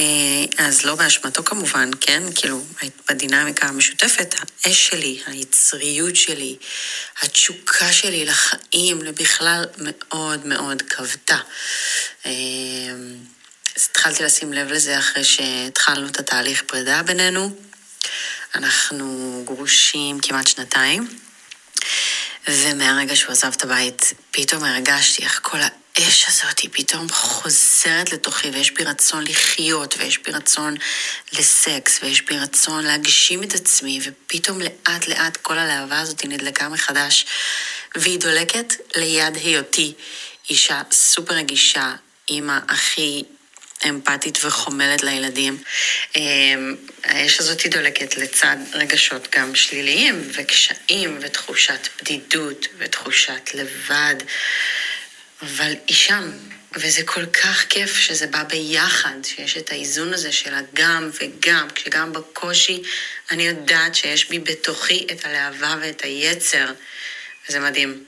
אה, אז לא באשמתו כמובן, כן? כאילו, בדינמיקה המשותפת, האש שלי, היצריות שלי, התשוקה שלי לחיים, לבכלל, מאוד מאוד כבתה. אמ, אז התחלתי לשים לב לזה אחרי שהתחלנו את התהליך פרידה בינינו. אנחנו גרושים כמעט שנתיים, ומהרגע שהוא עזב את הבית, פתאום הרגשתי איך כל האש הזאת היא פתאום חוזרת לתוכי, ויש בי רצון לחיות, ויש בי רצון לסקס, ויש בי רצון להגשים את עצמי, ופתאום לאט לאט כל הלהבה הזאת היא נדלקה מחדש, והיא דולקת ליד היותי אישה סופר רגישה, אימא הכי אמפתית וחומלת לילדים. אמ, האש הזאת היא דולקת לצד רגשות גם שליליים וקשיים ותחושת בדידות ותחושת לבד, אבל היא שם, וזה כל כך כיף שזה בא ביחד, שיש את האיזון הזה של הגם וגם, כשגם בקושי אני יודעת שיש בי בתוכי את הלהבה ואת היצר, וזה מדהים.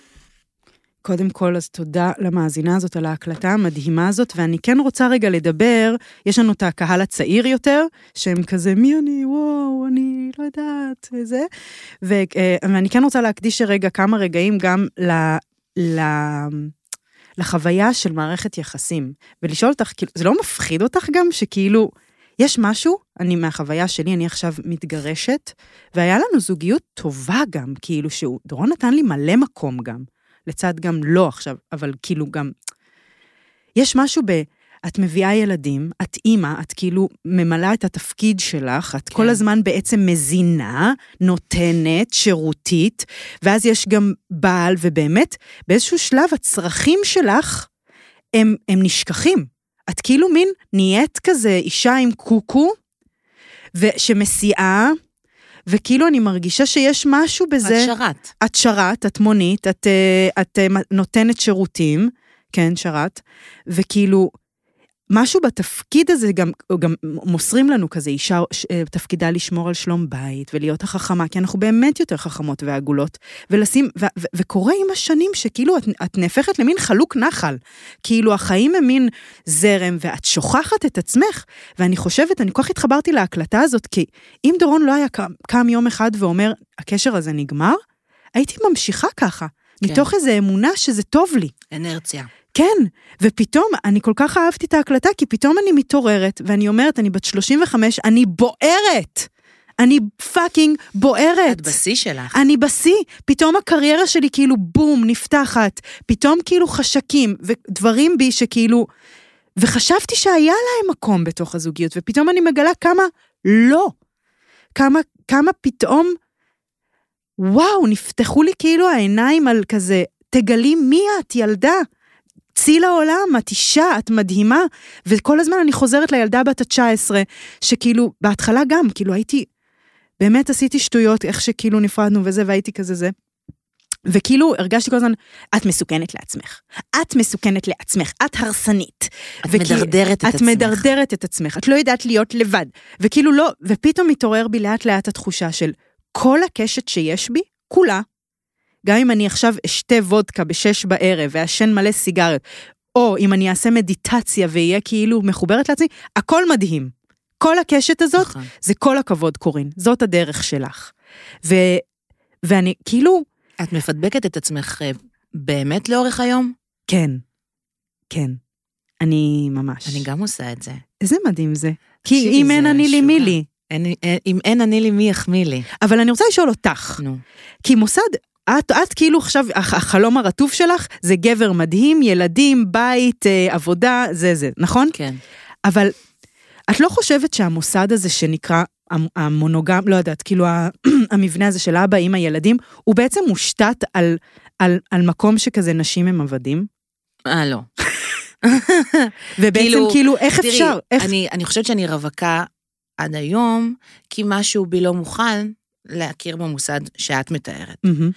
קודם כל, אז תודה למאזינה הזאת על ההקלטה המדהימה הזאת, ואני כן רוצה רגע לדבר, יש לנו את הקהל הצעיר יותר, שהם כזה, מי אני, וואו, אני לא יודעת, וזה. ו- אה, ואני כן רוצה להקדיש רגע כמה רגעים גם ל... ל... לחוויה של מערכת יחסים, ולשאול אותך, כאילו, זה לא מפחיד אותך גם שכאילו, יש משהו, אני מהחוויה שלי, אני עכשיו מתגרשת, והיה לנו זוגיות טובה גם, כאילו, שהוא, דורון נתן לי מלא מקום גם. לצד גם לא עכשיו, אבל כאילו גם... יש משהו ב... את מביאה ילדים, את אימא, את כאילו ממלאה את התפקיד שלך, את כן. כל הזמן בעצם מזינה, נותנת, שירותית, ואז יש גם בעל, ובאמת, באיזשהו שלב הצרכים שלך הם, הם נשכחים. את כאילו מין נהיית כזה אישה עם קוקו, שמסיעה, וכאילו אני מרגישה שיש משהו בזה... את שרת. את שרת, את מונית, את, אה, את אה, נותנת שירותים, כן, שרת, וכאילו, משהו בתפקיד הזה, גם, גם מוסרים לנו כזה, אישה, ש- אה, תפקידה לשמור על שלום בית ולהיות החכמה, כי אנחנו באמת יותר חכמות ועגולות, ולשים, ו, ו, וקורה עם השנים שכאילו את, את נהפכת למין חלוק נחל. כאילו, החיים הם מין זרם, ואת שוכחת את עצמך. ואני חושבת, אני כל כך התחברתי להקלטה הזאת, כי אם דורון לא היה קם, קם יום אחד ואומר, הקשר הזה נגמר, הייתי ממשיכה ככה, כן. מתוך איזו אמונה שזה טוב לי. אנרציה. כן, ופתאום, אני כל כך אהבתי את ההקלטה, כי פתאום אני מתעוררת, ואני אומרת, אני בת 35, אני בוערת! אני פאקינג בוערת. את בשיא שלך. אני בשיא, פתאום הקריירה שלי כאילו בום, נפתחת, פתאום כאילו חשקים ודברים בי שכאילו... וחשבתי שהיה להם מקום בתוך הזוגיות, ופתאום אני מגלה כמה לא. כמה, כמה פתאום, וואו, נפתחו לי כאילו העיניים על כזה, תגלי מי את, ילדה. צי לעולם, את אישה, את מדהימה. וכל הזמן אני חוזרת לילדה בת ה-19, שכאילו, בהתחלה גם, כאילו הייתי, באמת עשיתי שטויות, איך שכאילו נפרדנו וזה, והייתי כזה זה. וכאילו הרגשתי כל הזמן, את מסוכנת לעצמך. את מסוכנת לעצמך, את הרסנית. את מדרדרת את את עצמך. מדרדרת את עצמך, את לא יודעת להיות לבד. וכאילו לא, ופתאום מתעורר בי לאט לאט התחושה של כל הקשת שיש בי, כולה, גם אם אני עכשיו אשתה וודקה בשש בערב ואעשן מלא סיגריות, או אם אני אעשה מדיטציה ואהיה כאילו מחוברת לעצמי, הכל מדהים. כל הקשת הזאת נכון. זה כל הכבוד, קורין. זאת הדרך שלך. ו... ואני כאילו, את מפדבקת את עצמך אה, באמת לאורך היום? כן, כן. אני ממש. אני גם עושה את זה. איזה מדהים זה. כי תקשיבי, אם זה אין אני לי מי משוגע. לי. אין- אה, אם אין אני לי, מי יחמיא לי? אבל אני רוצה לשאול אותך, נו. כי מוסד, את, את כאילו עכשיו, הח- החלום הרטוב שלך זה גבר מדהים, ילדים, בית, אה, עבודה, זה זה, נכון? כן. אבל את לא חושבת שהמוסד הזה שנקרא המ- המונוגם, לא יודעת, כאילו ה- *clears throat* המבנה הזה של אבא, אמא, ילדים, הוא בעצם מושתת על, על, על מקום שכזה נשים הם עבדים? אה, לא. ובעצם כאילו, כאילו, כאילו איך אפשר? איך... אני, אני חושבת שאני רווקה עד היום, כי משהו בי לא מוכן להכיר במוסד שאת מתארת. מהמם.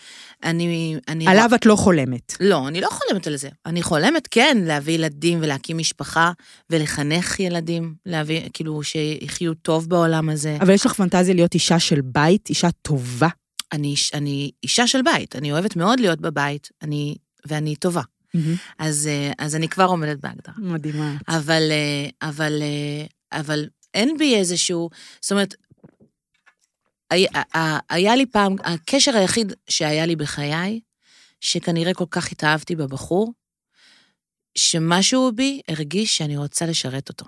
אני... אני עליו את לא חולמת. לא, אני לא חולמת על זה. אני חולמת, כן, להביא ילדים ולהקים משפחה ולחנך ילדים, להביא, כאילו, שיחיו טוב בעולם הזה. אבל יש לך פנטזיה להיות אישה של בית, אישה טובה. אני, איש- אני אישה של בית, אני אוהבת מאוד להיות בבית, אני, ואני טובה. אז, אה, אז אני כבר עומדת בהגדרה. מדהימה. אבל, אה, אבל, אה, אבל אין בי איזשהו, זאת אומרת, היה, ה- היה לי פעם, הקשר היחיד שהיה לי בחיי, שכנראה כל כך התאהבתי בבחור, שמשהו בי הרגיש שאני רוצה לשרת אותו.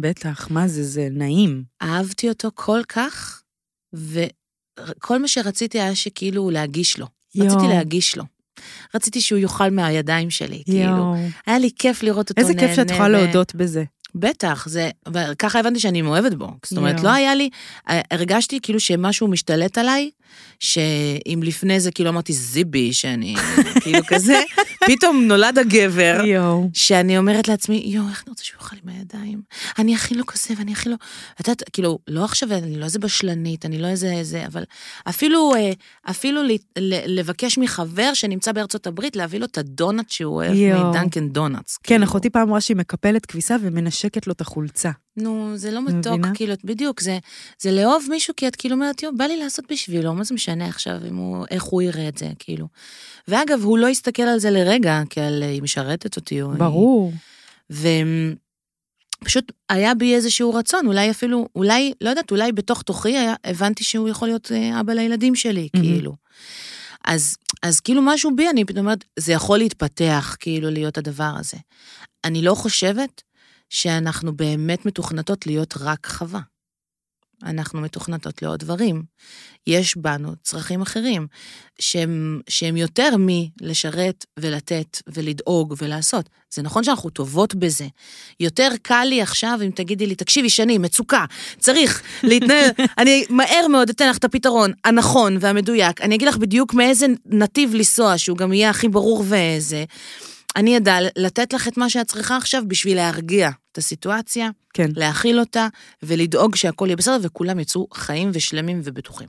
בטח, מה זה, זה נעים. אהבתי אותו כל כך, וכל מה שרציתי היה שכאילו להגיש לו. רציתי להגיש לו. רציתי שהוא יאכל מהידיים שלי, כאילו. יואו. היה לי כיף לראות אותו איזה נהנה. כיף שאת יכולה ו- להודות בזה. בטח, זה, וככה הבנתי שאני מאוהבת בו. זאת אומרת, יואו. לא היה לי, הרגשתי כאילו *laughs* שמשהו משתלט עליי, שאם לפני זה כאילו אמרתי זיבי, שאני כאילו כזה, פתאום נולד הגבר, יואו. שאני אומרת לעצמי, יואו, איך אני רוצה שהוא יאכל עם הידיים? אני אכין לו כזה ואני אכין לו... את יודעת, כאילו, לא עכשיו, אני לא איזה בשלנית, אני לא איזה איזה, אבל אפילו, אה, אפילו ל, ל, לבקש מחבר שנמצא בארצות הברית, להביא לו את הדונלד שהוא אוהב יואו. מדנקן דונלדס. כן, כאילו. אחותי פעם אמרה שהיא מקפלת כביסה ומנשקת לו את החולצה. נו, זה לא מתוק, מבינה? כאילו, את- בדיוק, זה, זה לאהוב מישהו, כי את כאילו אומרת, יואו, בא לי לעשות בשבילו, מה זה משנה עכשיו אם הוא, איך הוא יראה את זה, כאילו. ואגב, הוא לא הסתכל על זה לרגע, כי על, אה, היא משרתת אותי, או... היא- ברור. ופשוט היה בי איזשהו רצון, אולי אפילו, אולי, לא יודעת, אולי בתוך תוכי היה, הבנתי שהוא יכול להיות אה, אבא לילדים שלי, מהמם. כאילו. אז, אז כאילו משהו בי, אני פתאום אומרת, זה יכול להתפתח, כאילו, להיות הדבר הזה. אני לא חושבת שאנחנו באמת מתוכנתות להיות רק חווה. אנחנו מתוכנתות לעוד דברים. יש בנו צרכים אחרים, שהם, שהם יותר מלשרת ולתת ולדאוג ולעשות. זה נכון שאנחנו טובות בזה. יותר קל לי עכשיו אם תגידי לי, תקשיבי, שני, מצוקה, צריך להתנהל, אני מהר מאוד אתן לך את הפתרון הנכון והמדויק. אני אגיד לך בדיוק מאיזה נתיב לנסוע, שהוא גם יהיה הכי ברור וזה. אני אדע לתת לך את מה שאת צריכה עכשיו בשביל להרגיע את הסיטואציה, כן. להכיל אותה ולדאוג שהכל יהיה בסדר וכולם יצאו חיים ושלמים ובטוחים.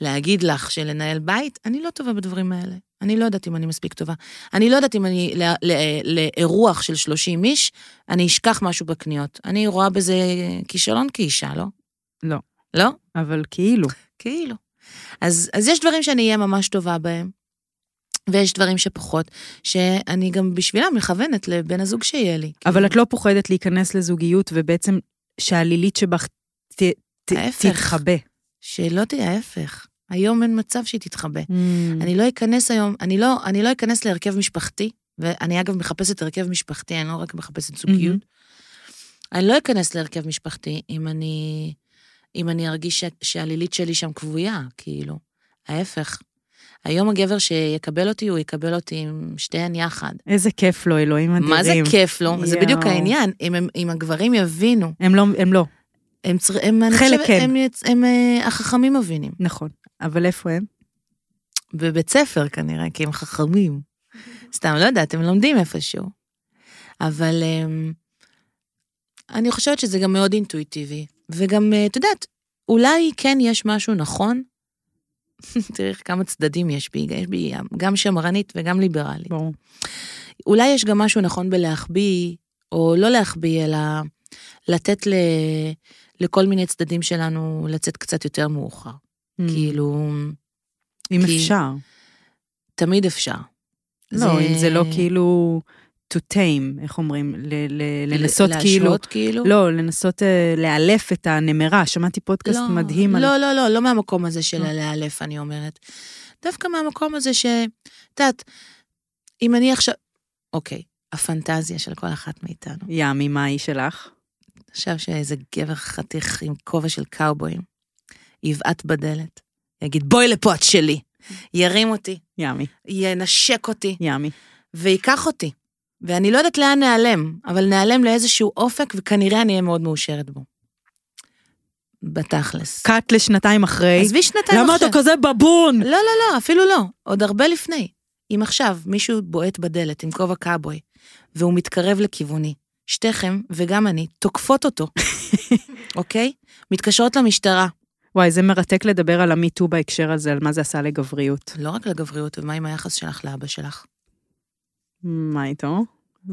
להגיד לך שלנהל בית, אני לא טובה בדברים האלה. אני לא יודעת אם אני מספיק טובה. אני לא יודעת אם אני, לא- לא- לאירוח של 30 איש, אני אשכח משהו בקניות. אני רואה בזה כישלון כאישה, לא? לא. לא? אבל כאילו. כאילו. אז, אז יש דברים שאני אהיה ממש טובה בהם, ויש דברים שפחות, שאני גם בשבילם מכוונת לבן הזוג שיהיה לי. אבל את לא פוחדת להיכנס לזוגיות ובעצם שהעלילית שבך ת- ת- ההפך. תתחבא. שלא תהיה ההפך. היום אין מצב שהיא תתחבא. אני לא אכנס היום, אני לא, אני לא אכנס להרכב משפחתי, ואני אגב מחפשת הרכב משפחתי, אני לא רק מחפשת זוגיות. Mm-hmm. אני לא אכנס להרכב משפחתי אם אני, אם אני ארגיש ש, שהלילית שלי שם כבויה, כאילו. ההפך. היום הגבר שיקבל אותי, הוא יקבל אותי עם שתיהן יחד. איזה כיף לו, אלוהים אדירים. מה זה כיף לו? זה בדיוק יואו. העניין. אם, הם- אם הגברים יבינו, הם לא, הם לא, הם צריכים, הם, אני חלק חושבת, כן. הם, יצ- הם, אה, החכמים מבינים. נכון. אבל איפה הם? בבית ספר כנראה, כי הם חכמים. סתם, לא יודעת, הם לומדים איפשהו. אבל אמ, אני חושבת שזה גם מאוד אינטואיטיבי. וגם, אה, את יודעת, אולי כן יש משהו נכון. *laughs* תראי איך כמה צדדים יש בי, יש בי גם שמרנית וגם ליברלית. ברור. אולי יש גם משהו נכון בלהחביא, או לא להחביא, אלא לתת ל... לכל מיני צדדים שלנו לצאת קצת יותר מאוחר. Mm. כאילו, אם כי- אפשר. תמיד אפשר. לא, אם זה לא כאילו to tame, איך אומרים? ל- ל- לנסות להשהות, כאילו... כאילו? לא, לנסות אה, לאלף את הנמרה. שמעתי פודקאסט לא, מדהים על... לא, לא, לא, לא מהמקום הזה של לא. הלאלף, אני אומרת. דווקא מהמקום הזה ש... את יודעת, אם אני עכשיו... אוקיי, הפנטזיה של כל אחת מאיתנו. ימי, מה היא שלך? עכשיו שאיזה גבר חתיך עם כובע של קאובויים, יבעט בדלת, יגיד, בואי לפה, את שלי. ירים אותי, ימי, ינשק אותי, ימי. וייקח אותי. ואני לא יודעת לאן נעלם, אבל נעלם לאיזשהו אופק, וכנראה אני אהיה מאוד מאושרת בו. בתכלס. קאט לשנתיים אחרי. עזבי לא שנתיים אוקיי. למה אתה עכשיו. כזה בבון? לא, לא, לא, אפילו לא. עוד הרבה לפני. אם עכשיו מישהו בועט בדלת עם כובע קאבוי, והוא מתקרב לכיווני, שתיכם וגם אני *laughs* תוקפות אותו, אוקיי? מתקשרות למשטרה. וואי, זה מרתק לדבר על המיטו בהקשר הזה, על מה זה עשה לגבריות. לא רק לגבריות, ומה עם היחס שלך לאבא שלך? מה איתו?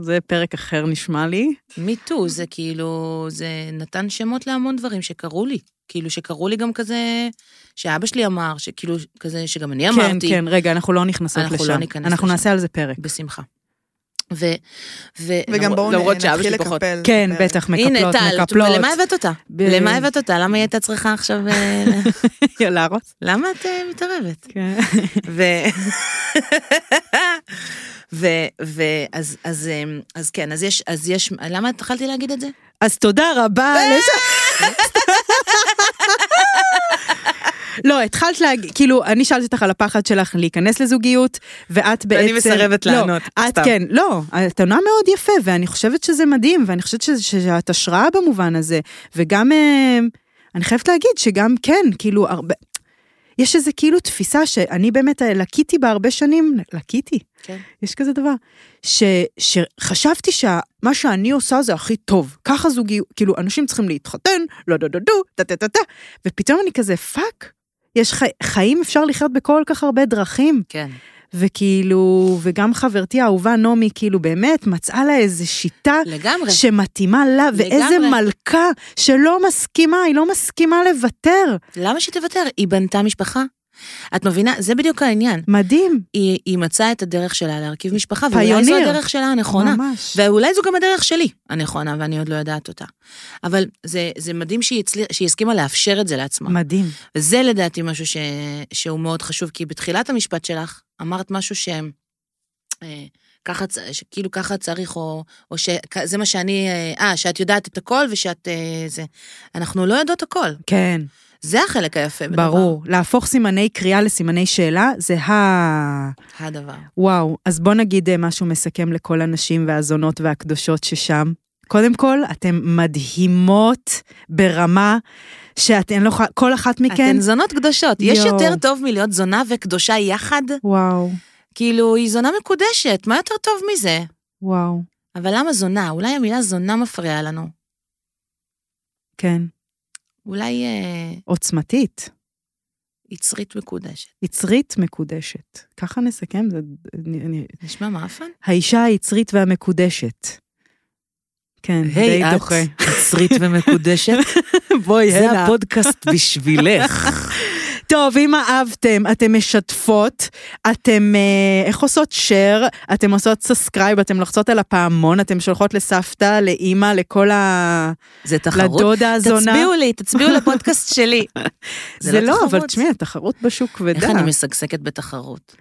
זה פרק אחר נשמע לי. מיטו זה כאילו, זה נתן שמות להמון דברים שקרו לי. כאילו, שקרו לי גם כזה, שאבא שלי אמר, שכאילו, כזה, שגם אני כן, אמרתי. כן, רגע, אנחנו לא נכנסות אנחנו לא לשם. ניכנס אנחנו לשם. נעשה על זה פרק. בשמחה. ו... ו... וגם בואו למרות נ- שאבא נתחיל שלי פחות. לקפל. כן, בפרק. בטח, הנה, מקפלות, טל, מקפלות. למה *laughs* הבאת אותה? ב- למה הבאת אותה? למה היא הייתה צריכה עכשיו... אה, ל- להרוס? למה את אה, מתערבת? כן. ו... ו... ו... אז, אז, אמ, אז כן, אז יש... אז יש... למה התחלתי להגיד את זה? אז תודה רבה. לש- לא, התחלת להגיד, כאילו, אני שאלתי אותך על הפחד שלך להיכנס לזוגיות, ואת בעצם... מסרבת לא, לענות, את סתם. כן, לא, את עונה מאוד יפה, ואני חושבת שזה מדהים, ואני חושבת שזה- שאת השראה במובן הזה, וגם, אה, אני חייבת להגיד שגם כן, כאילו, הרבה... יש איזה כאילו תפיסה שאני באמת אה, לקיתי בה הרבה שנים, לקיתי, כן. יש כזה דבר, ש, שחשבתי שמה שאני עושה זה הכי טוב. ככה זוגיות, כאילו, אנשים צריכים להתחתן, לא דו דו דו, טה טה טה טה, ופתאום אני כזה, פאק, יש חי, חיים אפשר לחיות בכל כך הרבה דרכים. כן. וכאילו, וגם חברתי האהובה נעמי, כאילו, באמת מצאה לה איזה שיטה לגמרי. שמתאימה לה, ואיזה לגמרי. מלכה שלא מסכימה, היא לא מסכימה לוותר. למה שתוותר? היא בנתה משפחה. את מבינה? זה בדיוק העניין. מדהים. היא, היא מצאה את הדרך שלה להרכיב משפחה, ואולי זו פיוניר. הדרך שלה הנכונה. ממש. ואולי זו גם הדרך שלי הנכונה, ואני עוד לא יודעת אותה. אבל זה, זה מדהים שהיא, הצליח, שהיא הסכימה לאפשר את זה לעצמה. מדהים. וזה לדעתי משהו ש... שהוא מאוד חשוב, כי בתחילת המשפט שלך אמרת משהו ש... אה, ככה, צ- שכאילו ככה צריך, או, או שזה מה שאני, אה, אה, שאת יודעת את הכל ושאת אה, זה. אנחנו לא יודעות הכל. כן, זה החלק היפה בדבר. ברור. להפוך סימני קריאה לסימני שאלה, זה ה... הדבר. וואו. אז בוא נגיד אה, משהו מסכם לכל הנשים והזונות והקדושות ששם. קודם כל, אתן מדהימות ברמה שאתן לא... ח- כל אחת מכן... אתן זונות קדושות. יש יואו. יותר טוב מלהיות זונה וקדושה יחד? וואו, כאילו, היא זונה מקודשת, מה יותר טוב מזה? וואו. אבל למה זונה? אולי המילה זונה מפריעה לנו. כן. אולי אה, עוצמתית. יצרית מקודשת. יצרית מקודשת. ככה נסכם, זה... אני, אני... נשמע מאפן? האישה היצרית והמקודשת. כן, היי, די את דוחה. יצרית ומקודשת, *laughs* בואי, זה הפודקאסט בשבילך. טוב, אם אהבתם, אתם משתפות, אתם, אה, איך עושות share, אתם עושות סאסקרייב, אתם לוחצות על הפעמון, אתם שולחות לסבתא, לאימא, לכל ה... *laughs* זה תחרות. לדודה הזונה. תצביעו לי, תצביעו לפודקאסט שלי. *laughs* זה, זה לא, תחרות. אבל תשמעי, התחרות בשוק כבדה. איך אני משגשגת *laughs* בתחרות.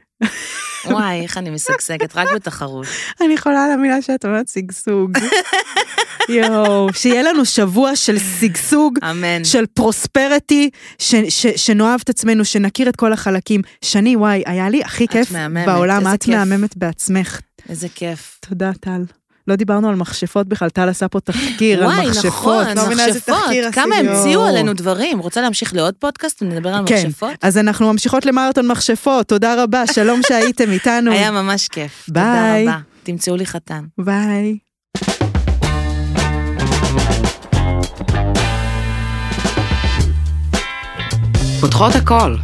וואי, איך אני משגשגת, רק בתחרות. אני יכולה על המילה שאת אומרת, שגשוג. *laughs* יואו, שיהיה לנו שבוע של שגשוג. אמן. של פרוספרטי, ש- ש- שנאהב את עצמנו, שנכיר את כל החלקים. שני, וואי, היה לי הכי את כיף מהממת, בעולם, איזה את כיף. מהממת בעצמך. איזה כיף. תודה, טל. לא דיברנו על מכשפות בכלל, טל עשה פה תחקיר על וואי, מכשפות. נכון, לא מבינה איזה מכשפות, תחקיר כמה עשיתי. המציאו יואו. עלינו דברים. רוצה להמשיך לעוד פודקאסט ונדבר על כן, מכשפות? אז אנחנו ממשיכות למרתון מכשפות, תודה רבה, שלום שהייתם איתנו. היה ממש כיף. ביי. תודה רבה. תמצאו לי חתן. ביי. פותחות הכל.